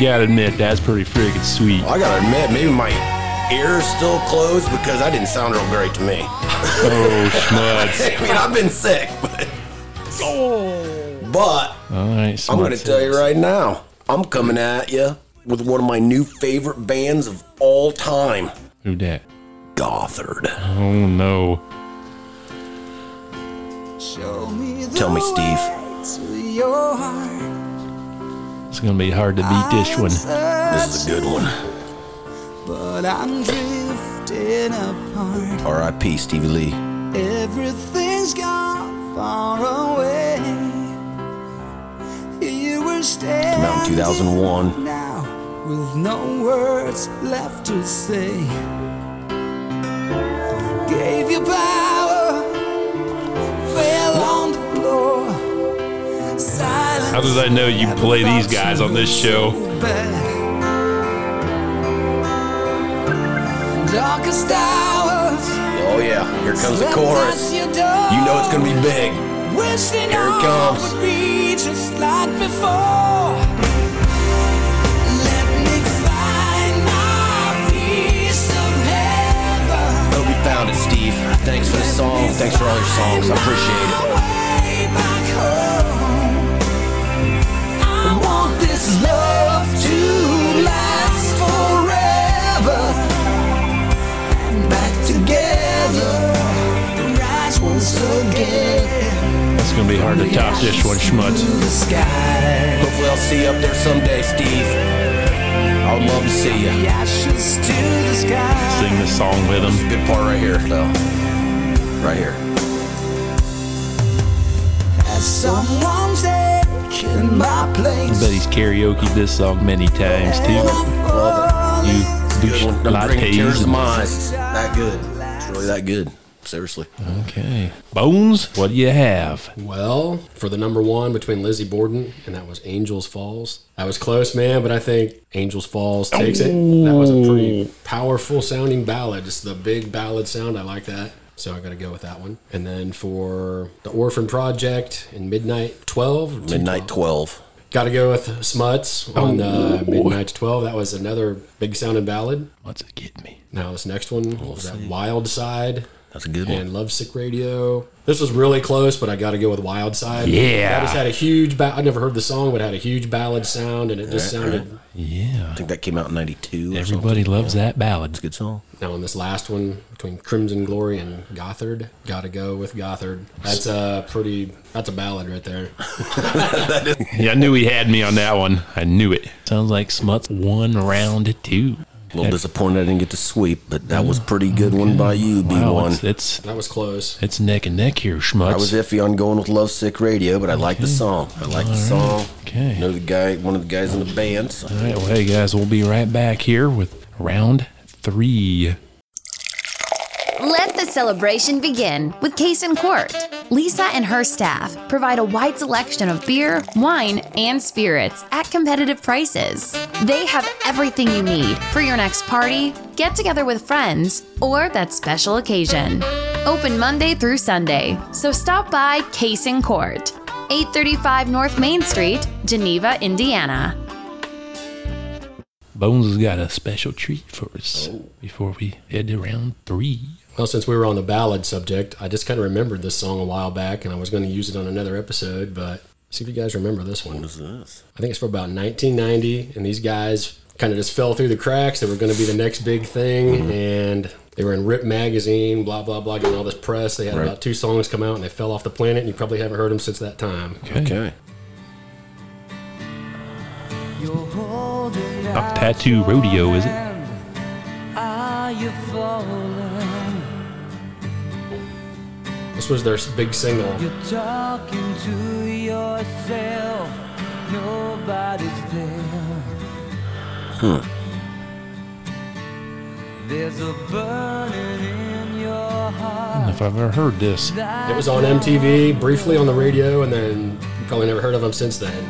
[SPEAKER 2] Gotta admit, that's pretty freaking sweet.
[SPEAKER 3] I gotta admit, maybe my ear's still closed because I didn't sound real great to me.
[SPEAKER 2] Oh, schmutz.
[SPEAKER 3] I mean, I've been sick, but. But
[SPEAKER 2] All right,
[SPEAKER 3] I'm going to
[SPEAKER 2] schmutz.
[SPEAKER 3] tell you right now, I'm coming at you with one of my new favorite bands of all time,
[SPEAKER 2] Who dat?
[SPEAKER 3] Gothard.
[SPEAKER 2] Oh, no.
[SPEAKER 3] Tell me, Steve,
[SPEAKER 2] It's gonna be hard to beat this one.
[SPEAKER 3] this is a good one.
[SPEAKER 6] But I'm drifting apart.
[SPEAKER 3] R.I.P. Stevie Lee.
[SPEAKER 6] Everything's gone far away. You were standing
[SPEAKER 3] Came out in 2001.
[SPEAKER 6] now with no words left to say. Gave you power, fell on the floor. Silence.
[SPEAKER 2] How did I know you play these guys on this show?
[SPEAKER 6] Darkest hours.
[SPEAKER 3] Oh, yeah, here comes the chorus.
[SPEAKER 6] You
[SPEAKER 3] You know it's going to be big.
[SPEAKER 6] Wishing
[SPEAKER 3] Here it
[SPEAKER 6] all
[SPEAKER 3] comes.
[SPEAKER 6] would be just like before. Let me find my piece of heaven.
[SPEAKER 3] Hope you found it, Steve. Thanks for the song. Thanks for all your songs. I appreciate it.
[SPEAKER 6] My way back home. I want this love to last forever. And back together, rise once again
[SPEAKER 2] It's gonna be hard to top this one, schmutz.
[SPEAKER 6] to the sky.
[SPEAKER 3] Hopefully, I'll see you up there someday, Steve. I would love to see you.
[SPEAKER 6] The ashes to the sky.
[SPEAKER 2] Sing this song with them.
[SPEAKER 3] Good part right here, though. Right here.
[SPEAKER 6] As someone's taking my
[SPEAKER 2] I
[SPEAKER 6] place.
[SPEAKER 2] bet he's karaoke this song many times too. You
[SPEAKER 3] Good
[SPEAKER 2] douche
[SPEAKER 3] one. I'm bringing tears
[SPEAKER 2] lattes.
[SPEAKER 3] to
[SPEAKER 2] and-
[SPEAKER 3] my eyes. That good. It's really that good. Seriously.
[SPEAKER 2] Okay. Bones, what do you have?
[SPEAKER 4] Well, for the number one between Lizzie Borden and that was Angels Falls. That was close, man, but I think Angels Falls takes it. That was a pretty powerful sounding ballad. Just the big ballad sound. I like that. So I got to go with that one. And then for the Orphan Project and Midnight 12.
[SPEAKER 3] Midnight 12.
[SPEAKER 4] Got to go with Smuts on uh, Midnight 12. That was another big sounding ballad.
[SPEAKER 2] What's it get me?
[SPEAKER 4] Now this next one was that Wild Side
[SPEAKER 3] That's a good
[SPEAKER 4] and
[SPEAKER 3] one.
[SPEAKER 4] Lovesick Radio. This was really close, but I got to go with Wild Side.
[SPEAKER 2] Yeah.
[SPEAKER 4] I just had a huge. Ba- I never heard the song, but it had a huge ballad sound, and it just sounded.
[SPEAKER 2] Yeah.
[SPEAKER 3] I think that came out in 92. or something.
[SPEAKER 2] Everybody loves that ballad.
[SPEAKER 3] Good song.
[SPEAKER 4] Now on this last one between Crimson Glory and Gothard, got to go with Gothard. That's a pretty. That's a ballad right there.
[SPEAKER 2] Yeah, I knew he had me on that one. I knew it. Sounds like Smuts one round two.
[SPEAKER 3] A little disappointed I didn't get to sweep, but that was pretty good one by you,
[SPEAKER 2] Wow, it's,
[SPEAKER 3] B1.
[SPEAKER 2] it's
[SPEAKER 4] That was close.
[SPEAKER 2] it's neck and neck here, Schmutz.
[SPEAKER 3] I was iffy on going with Love Sick Radio, but I like the song. I like the song.
[SPEAKER 2] Okay.
[SPEAKER 3] Know the guy, one of the guys in the band. so-
[SPEAKER 2] All right, well, hey guys, we'll be right back here with round three.
[SPEAKER 8] Let the celebration begin with Case and Court. Lisa and her staff provide a wide selection of beer, wine, and spirits at competitive prices. They have everything you need for your next party, get together with friends, or that special occasion. Open Monday through Sunday, so stop by Case and Court. 835 North Main Street, Geneva, Indiana.
[SPEAKER 2] Bones has got a special treat for us before we head to round three.
[SPEAKER 4] Well, since we were on the ballad subject, I just kind of remembered this song a while back, and I was going to use it on another episode, but see if you guys remember this one.
[SPEAKER 3] What's this?
[SPEAKER 4] I think it's from about 1990, and these guys kind of just fell through the cracks. They were going to be the next big thing, and they were in Rip magazine, blah blah blah, getting all this press. They had about two songs come out, and they fell off the planet. And you probably haven't heard them since that time.
[SPEAKER 3] Okay.
[SPEAKER 2] Not Tattoo Rodeo, is it?
[SPEAKER 4] This was their big single.
[SPEAKER 2] I don't know if I've ever heard this.
[SPEAKER 4] It was on MTV briefly on the radio, and then you probably never heard of them since then.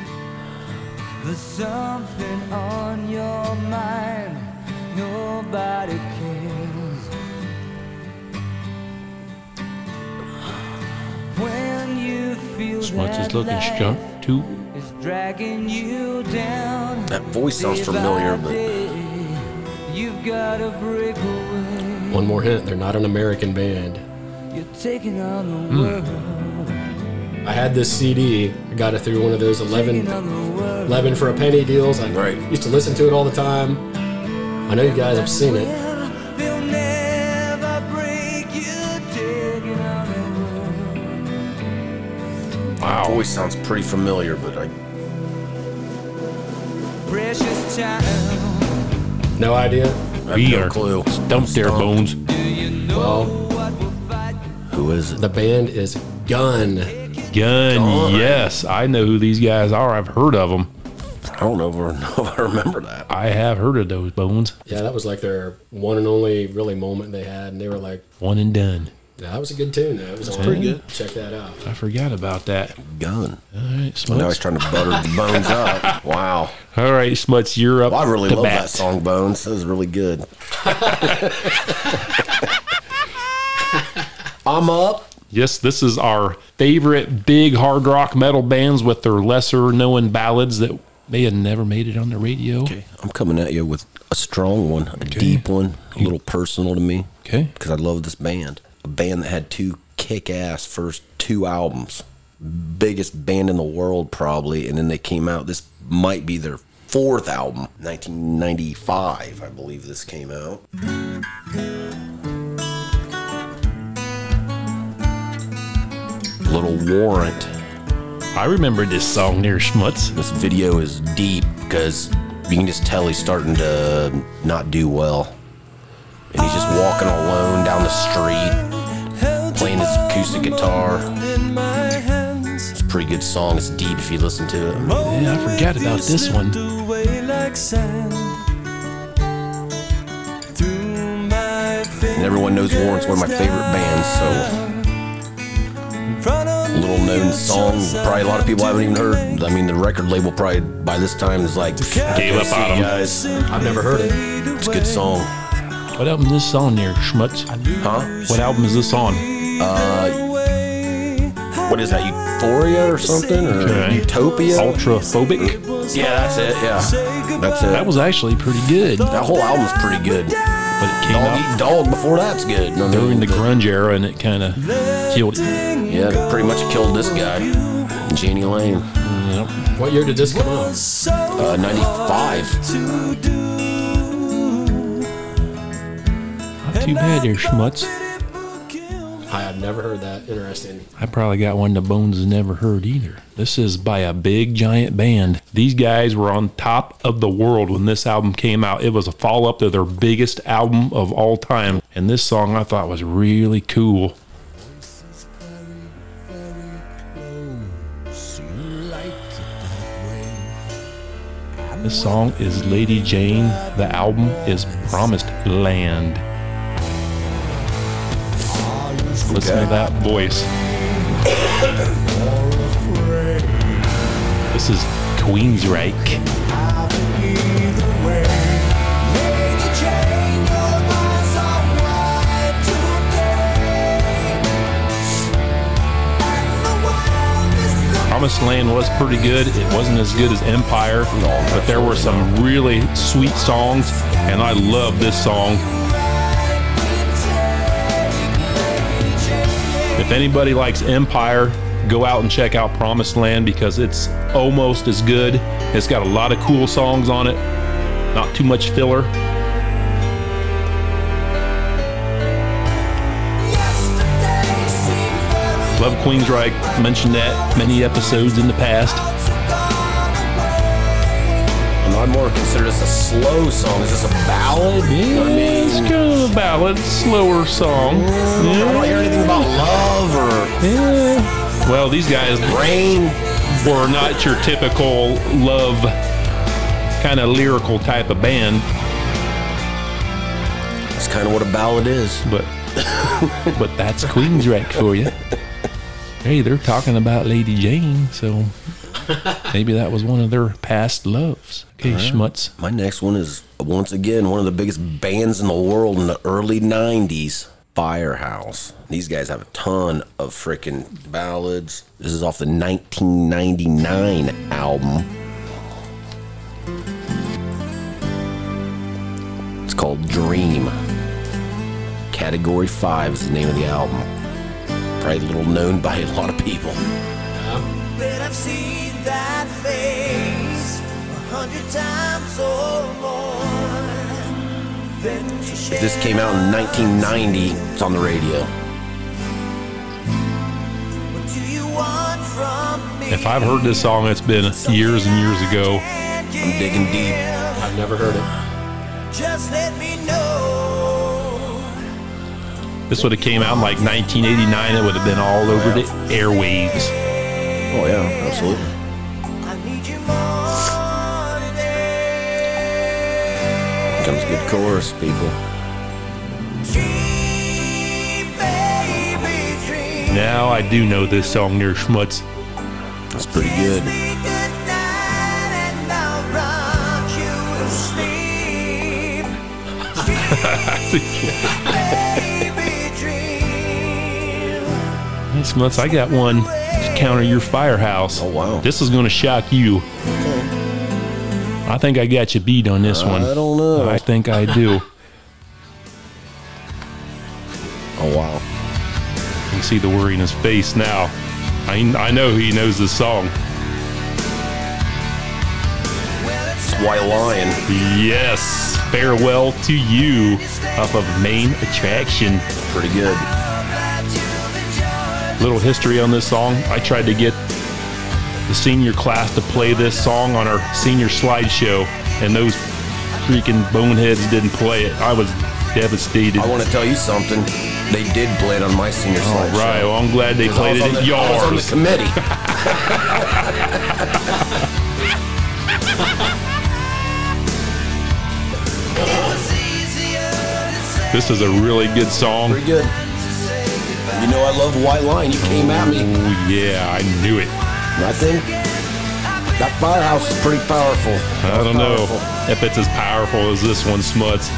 [SPEAKER 2] Swatch is looking strong too.
[SPEAKER 3] That voice sounds familiar, but
[SPEAKER 4] One more hint: they're not an American band.
[SPEAKER 3] Hmm.
[SPEAKER 4] I had this CD. I got it through one of those 11, 11 for a penny deals. I
[SPEAKER 3] Right.
[SPEAKER 4] used to listen to it all the time. I know you guys have seen it.
[SPEAKER 3] wow. voice sounds pretty familiar, but I
[SPEAKER 5] Precious time.
[SPEAKER 4] No idea.
[SPEAKER 3] I have
[SPEAKER 2] We
[SPEAKER 3] no
[SPEAKER 2] are
[SPEAKER 3] clue.
[SPEAKER 2] stumped there,
[SPEAKER 3] Stumped.
[SPEAKER 2] Bones.
[SPEAKER 4] Well,
[SPEAKER 3] Who is it?
[SPEAKER 4] the band is Gun.
[SPEAKER 2] Gun, yes. I know who these guys are. I've heard of them.
[SPEAKER 3] I don't know if I- know if I remember that.
[SPEAKER 2] I have heard of those Bones.
[SPEAKER 4] Yeah, that was like their one and only really moment they had, and they were like,
[SPEAKER 2] One and done.
[SPEAKER 4] "Yeah, "That was a good tune. That was pretty good. Check that out."
[SPEAKER 2] I forgot about that.
[SPEAKER 3] Gun.
[SPEAKER 2] All right,
[SPEAKER 3] Now he's
[SPEAKER 2] Smuts.
[SPEAKER 3] trying to butter the bones up. Wow.
[SPEAKER 2] All right, Smuts, you're up.
[SPEAKER 3] Well, I really
[SPEAKER 2] to
[SPEAKER 3] love
[SPEAKER 2] bat.
[SPEAKER 3] that song, Bones. That was really good. I'm up.
[SPEAKER 2] Yes, this is our favorite big hard rock metal bands with their lesser known ballads that may have never made it on the radio. Okay.
[SPEAKER 3] I'm coming at you with a strong one, a deep one, a little personal to me.
[SPEAKER 2] Okay.
[SPEAKER 3] Because I love this band. A band that had two kick ass first two albums. Biggest band in the world, probably. And then they came out. This might be their fourth album, 1995, I believe this came out. Little Warrant.
[SPEAKER 2] I remember this song near Schmutz.
[SPEAKER 3] This video is deep because you can just tell he's starting to not do well. And he's just walking alone down the street, playing his acoustic guitar. It's a pretty good song. It's deep if you listen to it.
[SPEAKER 2] Yeah, I forgot about this one.
[SPEAKER 3] And everyone knows Warren's one of my favorite bands, so little known song. Probably a lot of people haven't even heard. I mean, the record label probably by this time is like,
[SPEAKER 2] Gave up on
[SPEAKER 3] "See
[SPEAKER 2] 'em."
[SPEAKER 3] you guys.
[SPEAKER 4] I've never heard it.
[SPEAKER 3] It's a good song,
[SPEAKER 2] What album is this song near Schmutz?
[SPEAKER 3] huh?
[SPEAKER 2] What album is this on?
[SPEAKER 3] What is that? Euphoria or something? Or
[SPEAKER 2] Okay.
[SPEAKER 3] Utopia?
[SPEAKER 2] Ultraphobic.
[SPEAKER 3] Yeah, that's it. Yeah, that's it.
[SPEAKER 2] That
[SPEAKER 3] That,
[SPEAKER 2] was actually pretty good, but
[SPEAKER 3] whole album's pretty good.
[SPEAKER 2] it came
[SPEAKER 3] Dog
[SPEAKER 2] out
[SPEAKER 3] Eat Dog before that's good. No, no,
[SPEAKER 2] during the
[SPEAKER 3] but-
[SPEAKER 2] grunge era and it kind of killed it.
[SPEAKER 3] Yeah, they pretty much killed this guy, Janie Lane.
[SPEAKER 4] What year did this come out?
[SPEAKER 3] Uh, 95.
[SPEAKER 2] Not too bad there, Schmutz.
[SPEAKER 4] I have never heard that. Interesting.
[SPEAKER 2] I probably got one the Bones has never heard either. This is by a big giant band. These guys were on top of the world when this album came out. It was a follow up to their biggest album of all time. And this song I thought was really cool. This song is Lady Jane. The album is Promised Land. Listen to that voice. this is Queensryche. Promised Land was pretty good. It wasn't as good as Empire, but there were some really sweet songs, and I love this song. If anybody likes Empire, go out and check out Promised Land because it's almost as good. It's got a lot of cool songs on it, not too much filler. Love Queensryche, mentioned that many episodes in the past.
[SPEAKER 3] And I more consider this a slow song. Is this a ballad? I mean,
[SPEAKER 2] It's kind of a ballad, slower song.
[SPEAKER 3] I don't hear anything about love or
[SPEAKER 2] Yeah. Well, these guys
[SPEAKER 3] rain.
[SPEAKER 2] were not your typical love kind of lyrical type of band,
[SPEAKER 3] That's kind of what a ballad is.
[SPEAKER 2] but but that's Queensryche for you. Hey, they're talking about Lady Jane, so maybe that was one of their past loves. Okay, schmutz.
[SPEAKER 3] My next one is once again one of the biggest bands in the world in the early 90s, Firehouse. These guys have a ton of freaking ballads. This is off the 1999 album. It's called Dream. Category 5 is the name of the album. Probably little known by a lot of people.
[SPEAKER 9] Bet I've seen that face a hundred times or more. Then she shares
[SPEAKER 3] This came out in 1990. It's on the radio.
[SPEAKER 9] what do you want from me?
[SPEAKER 2] If I've heard this song, it's been years and years ago.
[SPEAKER 3] I'm digging deep.
[SPEAKER 4] I've never heard it.
[SPEAKER 9] Just let me know.
[SPEAKER 2] This would have came out in like 1989. It would have been all over the airwaves.
[SPEAKER 3] Oh, yeah, absolutely.
[SPEAKER 9] I need you more today.
[SPEAKER 3] Comes a good chorus, people.
[SPEAKER 9] Dream, baby, dream.
[SPEAKER 2] Now I do know this song near Schmutz.
[SPEAKER 3] That's pretty good.
[SPEAKER 9] Sleep good night and I'll rock you to sleep. Baby, dream.
[SPEAKER 2] Hey, Smuts, I got one to counter your firehouse.
[SPEAKER 3] Oh, wow.
[SPEAKER 2] This is going to shock you. I think I got you beat on this one.
[SPEAKER 3] I don't know.
[SPEAKER 2] I think I do.
[SPEAKER 3] Oh wow.
[SPEAKER 2] I can see the worry in his face now. I, I know he knows this song.
[SPEAKER 3] It's White Lion.
[SPEAKER 2] Yes. Farewell to you off of Main Attraction.
[SPEAKER 3] Pretty good.
[SPEAKER 2] little history on this song. I tried to get the senior class to play this song on our senior slideshow, and those freaking boneheads didn't play it. I was devastated.
[SPEAKER 3] I want to tell you something. They did play it on my senior
[SPEAKER 2] All
[SPEAKER 3] slide.
[SPEAKER 2] right, well, I'm glad they played it
[SPEAKER 3] I was on
[SPEAKER 2] at
[SPEAKER 3] the, I was on the
[SPEAKER 2] yours.
[SPEAKER 3] committee.
[SPEAKER 2] This is a really good song.
[SPEAKER 3] Pretty good. You know I love White Lion. You came at me. And
[SPEAKER 2] Oh, yeah, I knew it.
[SPEAKER 3] I think that firehouse is pretty powerful.
[SPEAKER 2] I don't know
[SPEAKER 3] Powerful.
[SPEAKER 2] if it's as powerful as this one, Smuts.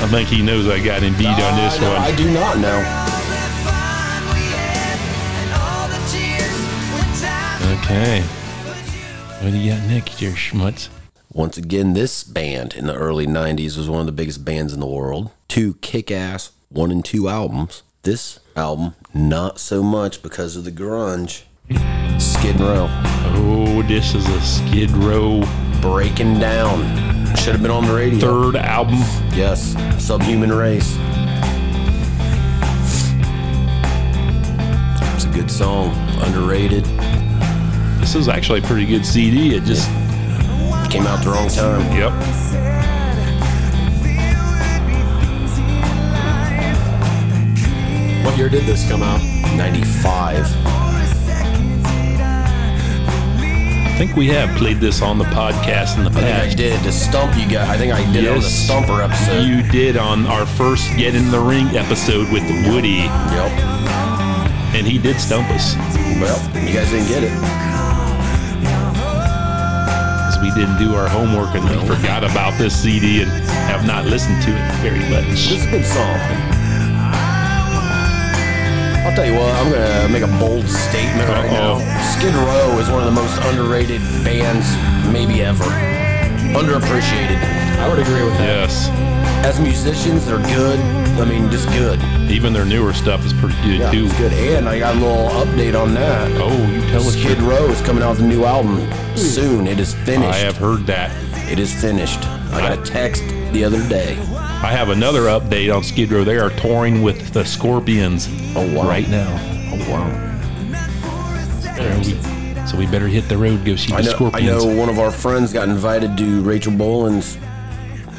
[SPEAKER 2] I think he knows I got him beat on this
[SPEAKER 3] I, know- I
[SPEAKER 2] one.
[SPEAKER 3] do not know.
[SPEAKER 2] Okay. What do you got next here, Schmutz?
[SPEAKER 3] Once again, this band in the early 90s was one of the biggest bands in the world. Two kick ass one and two albums. This album, not so much because of the grunge. Skid Row.
[SPEAKER 2] Oh, this is a Skid Row
[SPEAKER 3] Breaking Down. Should have been on the radio.
[SPEAKER 2] third album.
[SPEAKER 3] Yes, Subhuman Race. It's a good song, underrated.
[SPEAKER 2] This is actually a pretty good CD. It just,
[SPEAKER 3] Came out the wrong time.
[SPEAKER 2] yep.
[SPEAKER 4] What year did this come out?
[SPEAKER 3] 95.
[SPEAKER 2] I think we have played this on the podcast in the
[SPEAKER 3] I think I
[SPEAKER 2] past.
[SPEAKER 3] did the stump you got. I think I did it on the stumper episode.
[SPEAKER 2] You did on our first Get in the Ring episode with Woody,
[SPEAKER 3] yep.
[SPEAKER 2] and he did stump us
[SPEAKER 3] Well, you guys didn't get it.
[SPEAKER 2] because we didn't do our homework and we forgot about this CD and have not listened to it very much.
[SPEAKER 3] This is a good song. I'll I'll tell you what, I'm gonna make a bold statement right
[SPEAKER 2] Uh-oh.
[SPEAKER 3] now. Skid Row is one of the most underrated bands maybe ever. Underappreciated.
[SPEAKER 4] I would agree with that.
[SPEAKER 2] Yes.
[SPEAKER 3] As musicians, they're good. I mean, just good.
[SPEAKER 2] Even their newer stuff is pretty good
[SPEAKER 3] Yeah,
[SPEAKER 2] too.
[SPEAKER 3] it's good. And I got a little update on that.
[SPEAKER 2] Oh, you tell us.
[SPEAKER 3] Skid Row is coming out with a new album soon. It is finished.
[SPEAKER 2] I have heard that.
[SPEAKER 3] It is finished. I got a text the other day.
[SPEAKER 2] I have another update on Skid Row. They are touring with the Scorpions
[SPEAKER 3] Oh, wow.
[SPEAKER 2] right now.
[SPEAKER 3] Oh wow!
[SPEAKER 2] So we better hit the road, go see
[SPEAKER 3] I
[SPEAKER 2] the
[SPEAKER 3] know. I
[SPEAKER 2] Scorpions.
[SPEAKER 3] know. One of our friends got invited to Rachel Boland's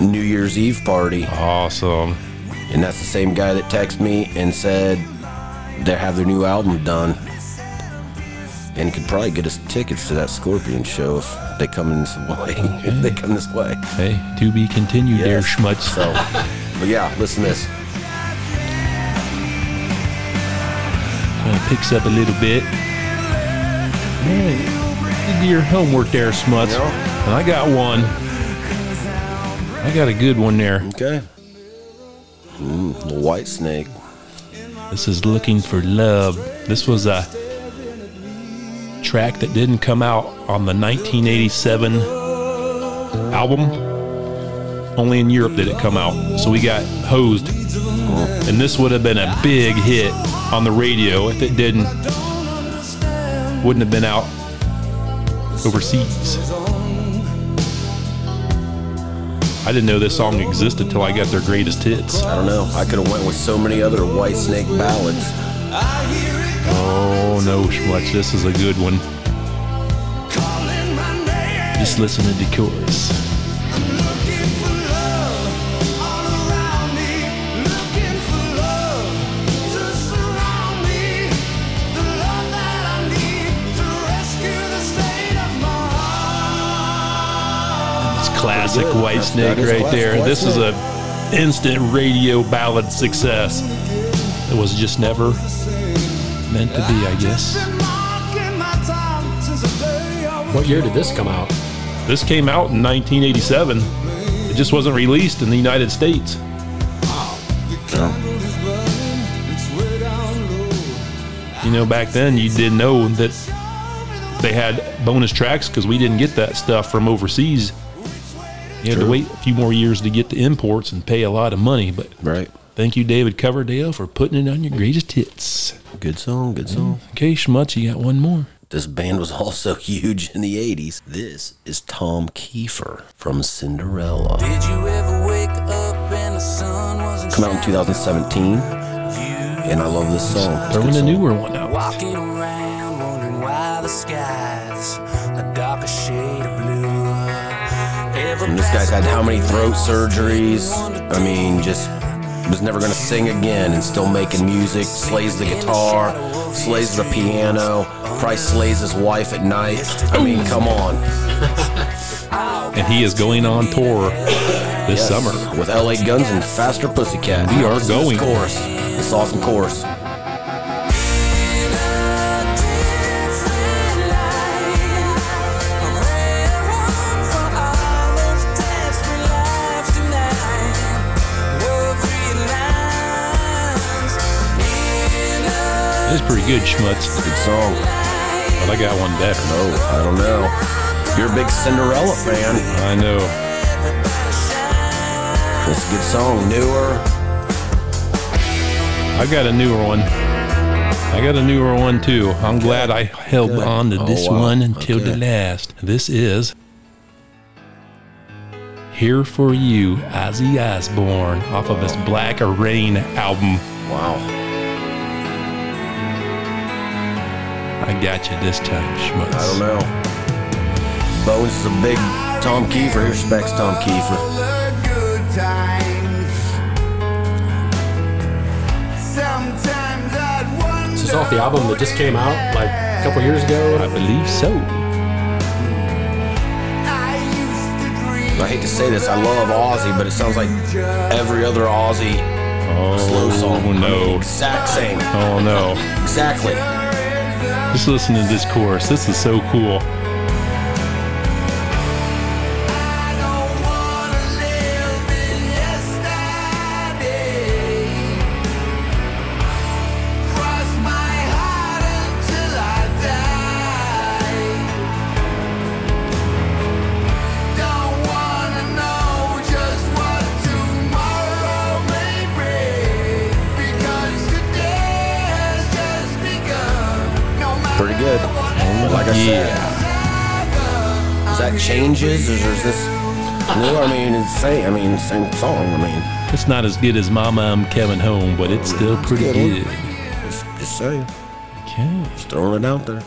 [SPEAKER 3] New Year's Eve party,
[SPEAKER 2] Awesome.
[SPEAKER 3] and that's the same guy that texted me and said they have their new album done, and could probably get us tickets to that Scorpion show if they come in this way. if they come this way.
[SPEAKER 2] Hey, to be continued there,
[SPEAKER 3] Yes.
[SPEAKER 2] schmutz.
[SPEAKER 3] So, but yeah, listen to this.
[SPEAKER 2] Kind of picks up a little bit. Hey, you do your homework there, schmutz.
[SPEAKER 3] Yeah.
[SPEAKER 2] And I got one. I got a good one there.
[SPEAKER 3] Okay. Mm, the White Snake.
[SPEAKER 2] This is Looking for Love. This was a track that didn't come out on the 1987 album. Only in Europe did it come out. So we got hosed. And this would have been a big hit on the radio if it didn't. Wouldn't have been out overseas. I didn't know this song existed till I got their greatest hits.
[SPEAKER 3] I don't know. I could have went with so many other White Snake ballads.
[SPEAKER 2] Oh no, Schmutz, this is a good one. Just listen to the chorus. It's classic
[SPEAKER 3] good.
[SPEAKER 2] White
[SPEAKER 3] That's-
[SPEAKER 2] Snake
[SPEAKER 3] that is
[SPEAKER 2] right
[SPEAKER 3] classic
[SPEAKER 2] there.
[SPEAKER 3] White
[SPEAKER 2] This is a
[SPEAKER 3] Snake.
[SPEAKER 2] instant radio ballad success. It was just never meant to be, I guess.
[SPEAKER 4] What year did this come out?
[SPEAKER 2] This came out in 1987. It just wasn't released in the United States. You know, back then you didn't know that they had bonus tracks because we didn't get that stuff from overseas. You had to wait a few more years to get the imports and pay a lot of money. But
[SPEAKER 3] Right.
[SPEAKER 2] thank you, David Coverdale, for putting it on your greatest hits.
[SPEAKER 3] Good song, good song.
[SPEAKER 2] Okay, Schmutz, you got one more.
[SPEAKER 3] This band was also huge in the 80s. This is Tom Kiefer from Cinderella.
[SPEAKER 5] Did you ever wake up and the sun wasn't
[SPEAKER 3] Come out in 2017, and I love this song. It's a
[SPEAKER 2] Throwing
[SPEAKER 3] good
[SPEAKER 2] a
[SPEAKER 3] song.
[SPEAKER 2] newer one out.
[SPEAKER 5] Walking around, wondering why the sky's a darker shade of blue. Ever
[SPEAKER 3] And this guy's had how many throat surgeries? I mean, just was never gonna sing again and still making music. Slays the guitar, slays the piano, probably slays his wife at night. I mean, come on.
[SPEAKER 2] And he is going on tour this
[SPEAKER 3] Yes.
[SPEAKER 2] summer.
[SPEAKER 3] with LA Guns and Faster Pussycat.
[SPEAKER 2] We are
[SPEAKER 3] This is
[SPEAKER 2] going.
[SPEAKER 3] Chorus. This awesome chorus.
[SPEAKER 2] It's pretty good, Schmutz.
[SPEAKER 3] Good song.
[SPEAKER 2] But I got one better.
[SPEAKER 3] Oh, I don't know. You're a big Cinderella fan.
[SPEAKER 2] I know.
[SPEAKER 3] That's a good song. Newer.
[SPEAKER 2] I got a newer one. I got a newer one too. I'm glad I held on to
[SPEAKER 3] Oh,
[SPEAKER 2] this
[SPEAKER 3] wow.
[SPEAKER 2] one until the
[SPEAKER 3] Okay.
[SPEAKER 2] last. This is Here for You, Ozzy Osbourne, off of his Black Rain album.
[SPEAKER 3] Wow.
[SPEAKER 2] I got you this time, Schmutz.
[SPEAKER 3] I don't know. Bones is a big Tom Kiefer. He respects Tom Kiefer.
[SPEAKER 4] This is off the album that just came out like a couple years
[SPEAKER 2] I
[SPEAKER 4] ago.
[SPEAKER 2] believe so.
[SPEAKER 3] I hate to say this. I love Ozzy, but it sounds like every other Ozzy
[SPEAKER 2] Oh
[SPEAKER 3] slow song. I mean,
[SPEAKER 2] no!
[SPEAKER 3] Exact same.
[SPEAKER 2] Oh no!
[SPEAKER 3] Exactly.
[SPEAKER 2] Just listen to this chorus. This is so cool.
[SPEAKER 9] Cross my
[SPEAKER 2] Yeah.
[SPEAKER 3] Is that changes or is this? No, I mean it's same. I mean same song. I mean
[SPEAKER 2] It's not as good as Mama I'm Kevin Home, but it's still pretty
[SPEAKER 3] good.
[SPEAKER 2] good.
[SPEAKER 3] just, just saying,
[SPEAKER 2] Okay.
[SPEAKER 3] just throwing it out there.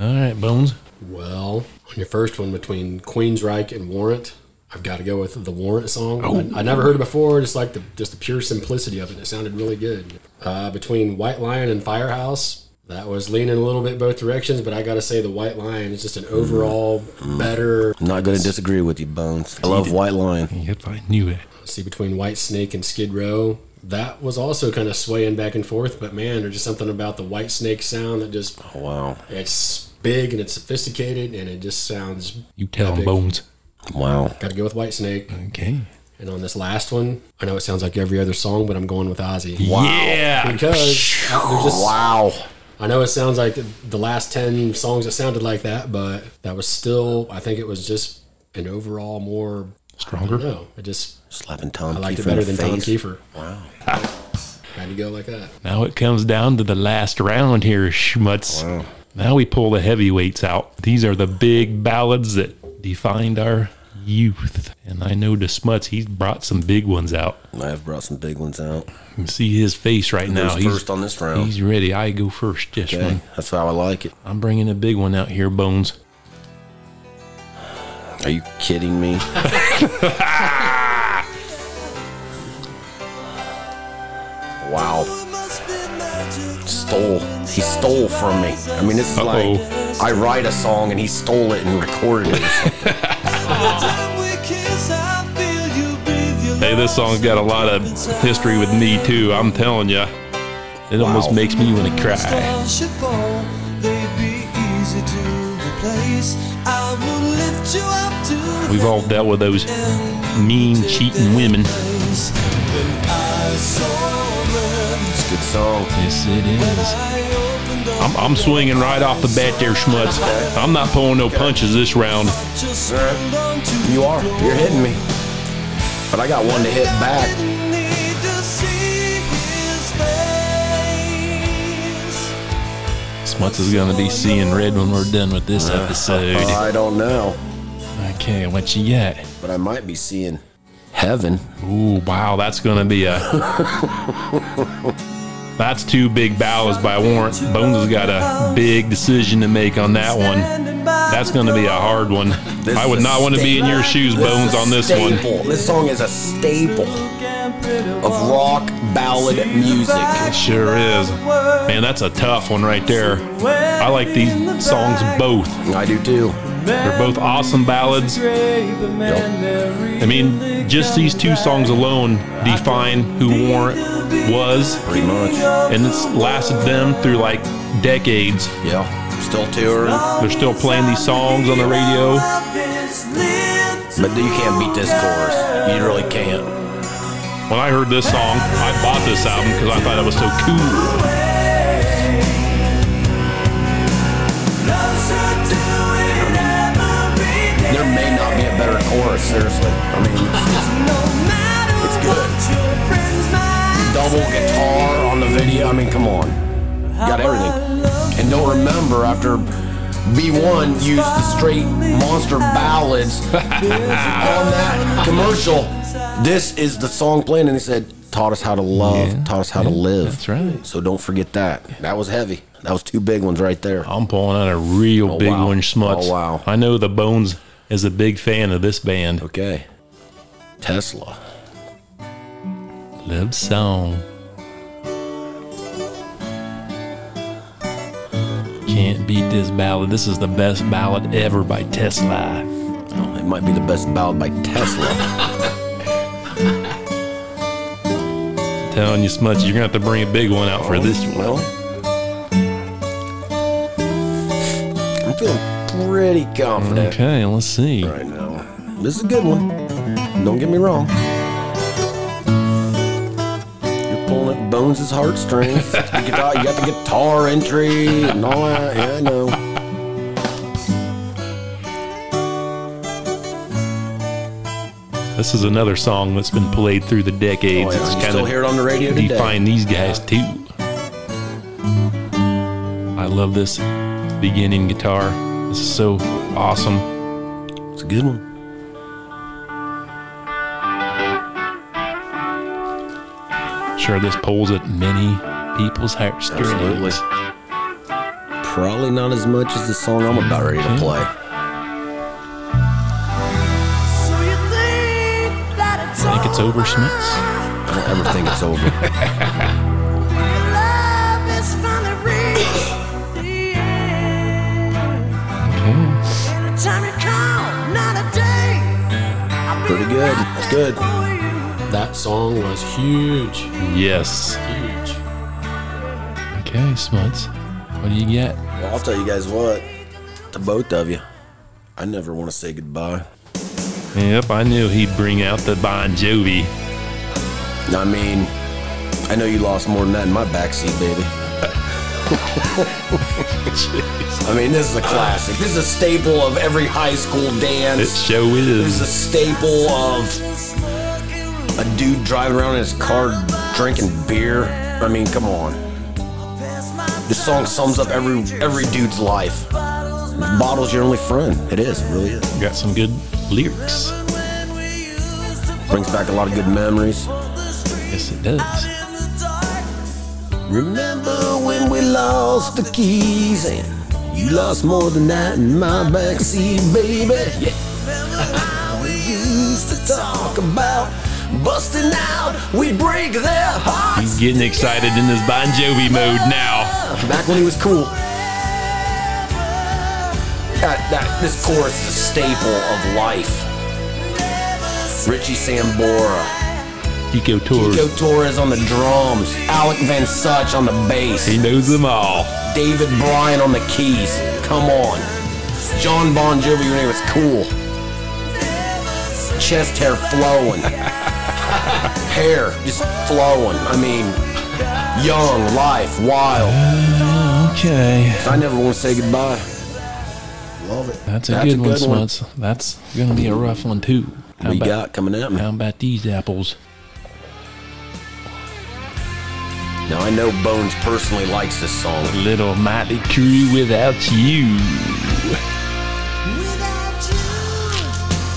[SPEAKER 2] All right, Bones.
[SPEAKER 4] Well, on your first one between Queensryche and Warrant, I've got to go with the Warrant song. I, I never heard it before. Just like the just the pure simplicity of it. It sounded really good. Uh, between White Lion and Firehouse, that was leaning a little bit both directions, but I got to say the White Lion is just an overall better.
[SPEAKER 3] I'm not gonna disagree with you, Bones. I love White Lion.
[SPEAKER 2] Yep, I knew it.
[SPEAKER 4] Let's see between White Snake and Skid Row. That was also kind of swaying back and forth, but man, there's just something about the White Snake sound that just
[SPEAKER 3] Oh, wow,
[SPEAKER 4] it's big and it's sophisticated and it just sounds.
[SPEAKER 2] You tell him, Bones.
[SPEAKER 3] wow.
[SPEAKER 4] Got to go with White Snake.
[SPEAKER 2] Okay.
[SPEAKER 4] And on this last one, I know it sounds like every other song, but I'm going with Ozzy.
[SPEAKER 2] Yeah.
[SPEAKER 4] Because uh, there's just,
[SPEAKER 3] Wow.
[SPEAKER 4] I know it sounds like the last 10 songs that sounded like that, but that was still, I think it was just an overall more.
[SPEAKER 2] Stronger?
[SPEAKER 4] No, it just,
[SPEAKER 3] Slapping Tom
[SPEAKER 4] I liked
[SPEAKER 3] Kiefer
[SPEAKER 4] it better
[SPEAKER 3] in
[SPEAKER 4] than
[SPEAKER 3] the
[SPEAKER 4] Tom
[SPEAKER 3] face.
[SPEAKER 4] Kiefer. Wow. Had to go like that.
[SPEAKER 2] Now it comes down to the last round here, Schmutz. Now we pull the heavyweights out. These are the big ballads that defined our youth. And I know the Smuts, he's brought some big ones out.
[SPEAKER 3] I have brought some big ones out.
[SPEAKER 2] You can see his face right now.
[SPEAKER 3] Who's
[SPEAKER 2] He's,
[SPEAKER 3] first on this round?
[SPEAKER 2] he's ready. I go first this
[SPEAKER 3] Okay,
[SPEAKER 2] one.
[SPEAKER 3] that's how I like it.
[SPEAKER 2] I'm bringing a big one out here, Bones.
[SPEAKER 3] Are you kidding me? wow. Stole. He stole from me. I mean, this is like I write a song and he stole it and recorded it.
[SPEAKER 2] Hey, this song's got a lot of history with me, too. I'm telling you. It almost
[SPEAKER 3] Wow.
[SPEAKER 2] makes me want to cry.
[SPEAKER 9] Stars should fall, they'd be easy to replace. I will lift you up to
[SPEAKER 2] We've all dealt with those mean, cheating women.
[SPEAKER 9] place. When I saw them,
[SPEAKER 3] It's a good song.
[SPEAKER 2] Yes, it is.
[SPEAKER 9] I opened up
[SPEAKER 2] I'm, I'm swinging right off the bat there, Schmutz. I'm not pulling no punches this round.
[SPEAKER 9] just
[SPEAKER 3] All right. You are. You're hitting me. But I got one to hit back.
[SPEAKER 9] didn't need to see his face.
[SPEAKER 2] Schmutz is going to be seeing red when we're done with this episode.
[SPEAKER 3] I don't know,
[SPEAKER 2] Okay, what you got?
[SPEAKER 3] but I might be seeing heaven.
[SPEAKER 2] Ooh, wow, that's going to be a. That's two big ballads by Warrant. Bones has got a big decision to make on that one.
[SPEAKER 9] Standing by
[SPEAKER 2] That's going to be a hard one.
[SPEAKER 3] This
[SPEAKER 2] I would
[SPEAKER 3] is a
[SPEAKER 2] not want to be in your shoes,
[SPEAKER 3] This is
[SPEAKER 2] Bones,
[SPEAKER 3] a
[SPEAKER 2] on this one.
[SPEAKER 3] staple. This song is a staple of rock ballad music.
[SPEAKER 2] Sure is. Man, that's a tough one right there. I like these songs both.
[SPEAKER 3] I do too.
[SPEAKER 2] They're both awesome ballads. I mean, just these two songs alone define who Warrant was,
[SPEAKER 3] Pretty much.
[SPEAKER 2] and it's lasted them through like decades.
[SPEAKER 3] Yeah. Still touring.
[SPEAKER 2] They're still playing these songs on the radio.
[SPEAKER 3] But you can't beat this chorus. You really can't.
[SPEAKER 2] When I heard this song, I bought this album because I thought it was so cool.
[SPEAKER 3] There may not be a better chorus, seriously. I mean, it's good. Double guitar on the video. I mean, come on. Got everything. And don't remember after B1 used the straight monster ballads on that commercial. This is the song playing, and they said, taught us how to love, taught us how to live.
[SPEAKER 2] that's right.
[SPEAKER 3] So don't forget that. That was heavy. That was two big ones right there.
[SPEAKER 2] I'm pulling out a real
[SPEAKER 3] Oh,
[SPEAKER 2] big
[SPEAKER 3] wow.
[SPEAKER 2] one, Schmutz.
[SPEAKER 3] Oh, wow.
[SPEAKER 2] I know the Bones is a big fan of this band.
[SPEAKER 3] Okay. Tesla.
[SPEAKER 2] Love song. Can't beat this ballad. This is the best ballad ever by Tesla.
[SPEAKER 3] It might be the best ballad by Tesla.
[SPEAKER 2] telling you, Smuts, you're gonna have to bring a big one out for this one.
[SPEAKER 3] well, I'm feeling pretty confident
[SPEAKER 2] Okay, let's see.
[SPEAKER 3] right now. This is a good one. Don't get me wrong. You're pulling at Bones' heartstrings. the guitar, you got the guitar entry and all that. Yeah, I know.
[SPEAKER 2] This is another song that's been played through the decades.
[SPEAKER 3] Oh, yeah.
[SPEAKER 2] It's
[SPEAKER 3] You
[SPEAKER 2] kinda
[SPEAKER 3] still hear it on the radio today.
[SPEAKER 2] define these guys too. I love this beginning guitar. This is so awesome.
[SPEAKER 3] It's a good one.
[SPEAKER 2] Sure, this pulls at many people's heartstrings.
[SPEAKER 3] Absolutely. Probably not as much as the song I'm about ready to play.
[SPEAKER 9] So you think that it's
[SPEAKER 2] Think it's over, Schmitz?
[SPEAKER 3] I don't ever think it's over.
[SPEAKER 9] Love has finally reached the end.
[SPEAKER 2] Okay.
[SPEAKER 9] Time to call, not a day. I'll be
[SPEAKER 3] Pretty good.
[SPEAKER 9] right
[SPEAKER 3] It's good.
[SPEAKER 9] there for you.
[SPEAKER 4] That song was huge,
[SPEAKER 2] Yes.
[SPEAKER 4] huge.
[SPEAKER 2] Okay, Smuts. What do you get?
[SPEAKER 3] Well, I'll tell you guys what. To both of you, I never want to say goodbye.
[SPEAKER 2] Yep, I knew he'd bring out the Bon Jovi.
[SPEAKER 3] I mean, I know you lost more than that in my backseat, baby. I mean, this is a classic. This is a staple of every high school
[SPEAKER 2] It
[SPEAKER 3] dance.
[SPEAKER 2] show
[SPEAKER 3] This is a
[SPEAKER 2] is.
[SPEAKER 3] staple of a dude driving around in his car drinking beer. I mean, come on. This song sums up every every dude's life. Bottle's your only friend. It is, it really is.
[SPEAKER 2] Got some good lyrics.
[SPEAKER 3] Brings back a lot of good memories.
[SPEAKER 2] Yes, it does.
[SPEAKER 3] Remember when we lost the keys and you lost more than that in my backseat, baby? Yeah. we used to talk about busting out, we break their hearts.
[SPEAKER 2] He's getting excited in this Bon Jovi mode now.
[SPEAKER 3] Back when he was cool. That, that, this chorus is a staple of life. Richie Sambora,
[SPEAKER 2] Kiko Tours.
[SPEAKER 3] Joe Torres on the drums, Alec Van Such on the bass.
[SPEAKER 2] He knows them all.
[SPEAKER 3] David Bryan on the keys. Come on. John Bon Jovi when he was cool. Chest hair flowing. hair just flowing. I mean, young, life, wild.
[SPEAKER 2] Okay.
[SPEAKER 3] I never want to say goodbye. Love it.
[SPEAKER 2] That's a good one, Smuts. That's going to be a rough one, too. How
[SPEAKER 3] We
[SPEAKER 2] about,
[SPEAKER 3] got coming at me.
[SPEAKER 2] how about these apples?
[SPEAKER 3] Now I know Bones personally likes this song.
[SPEAKER 2] Little Mighty Crew without you.
[SPEAKER 9] Without you,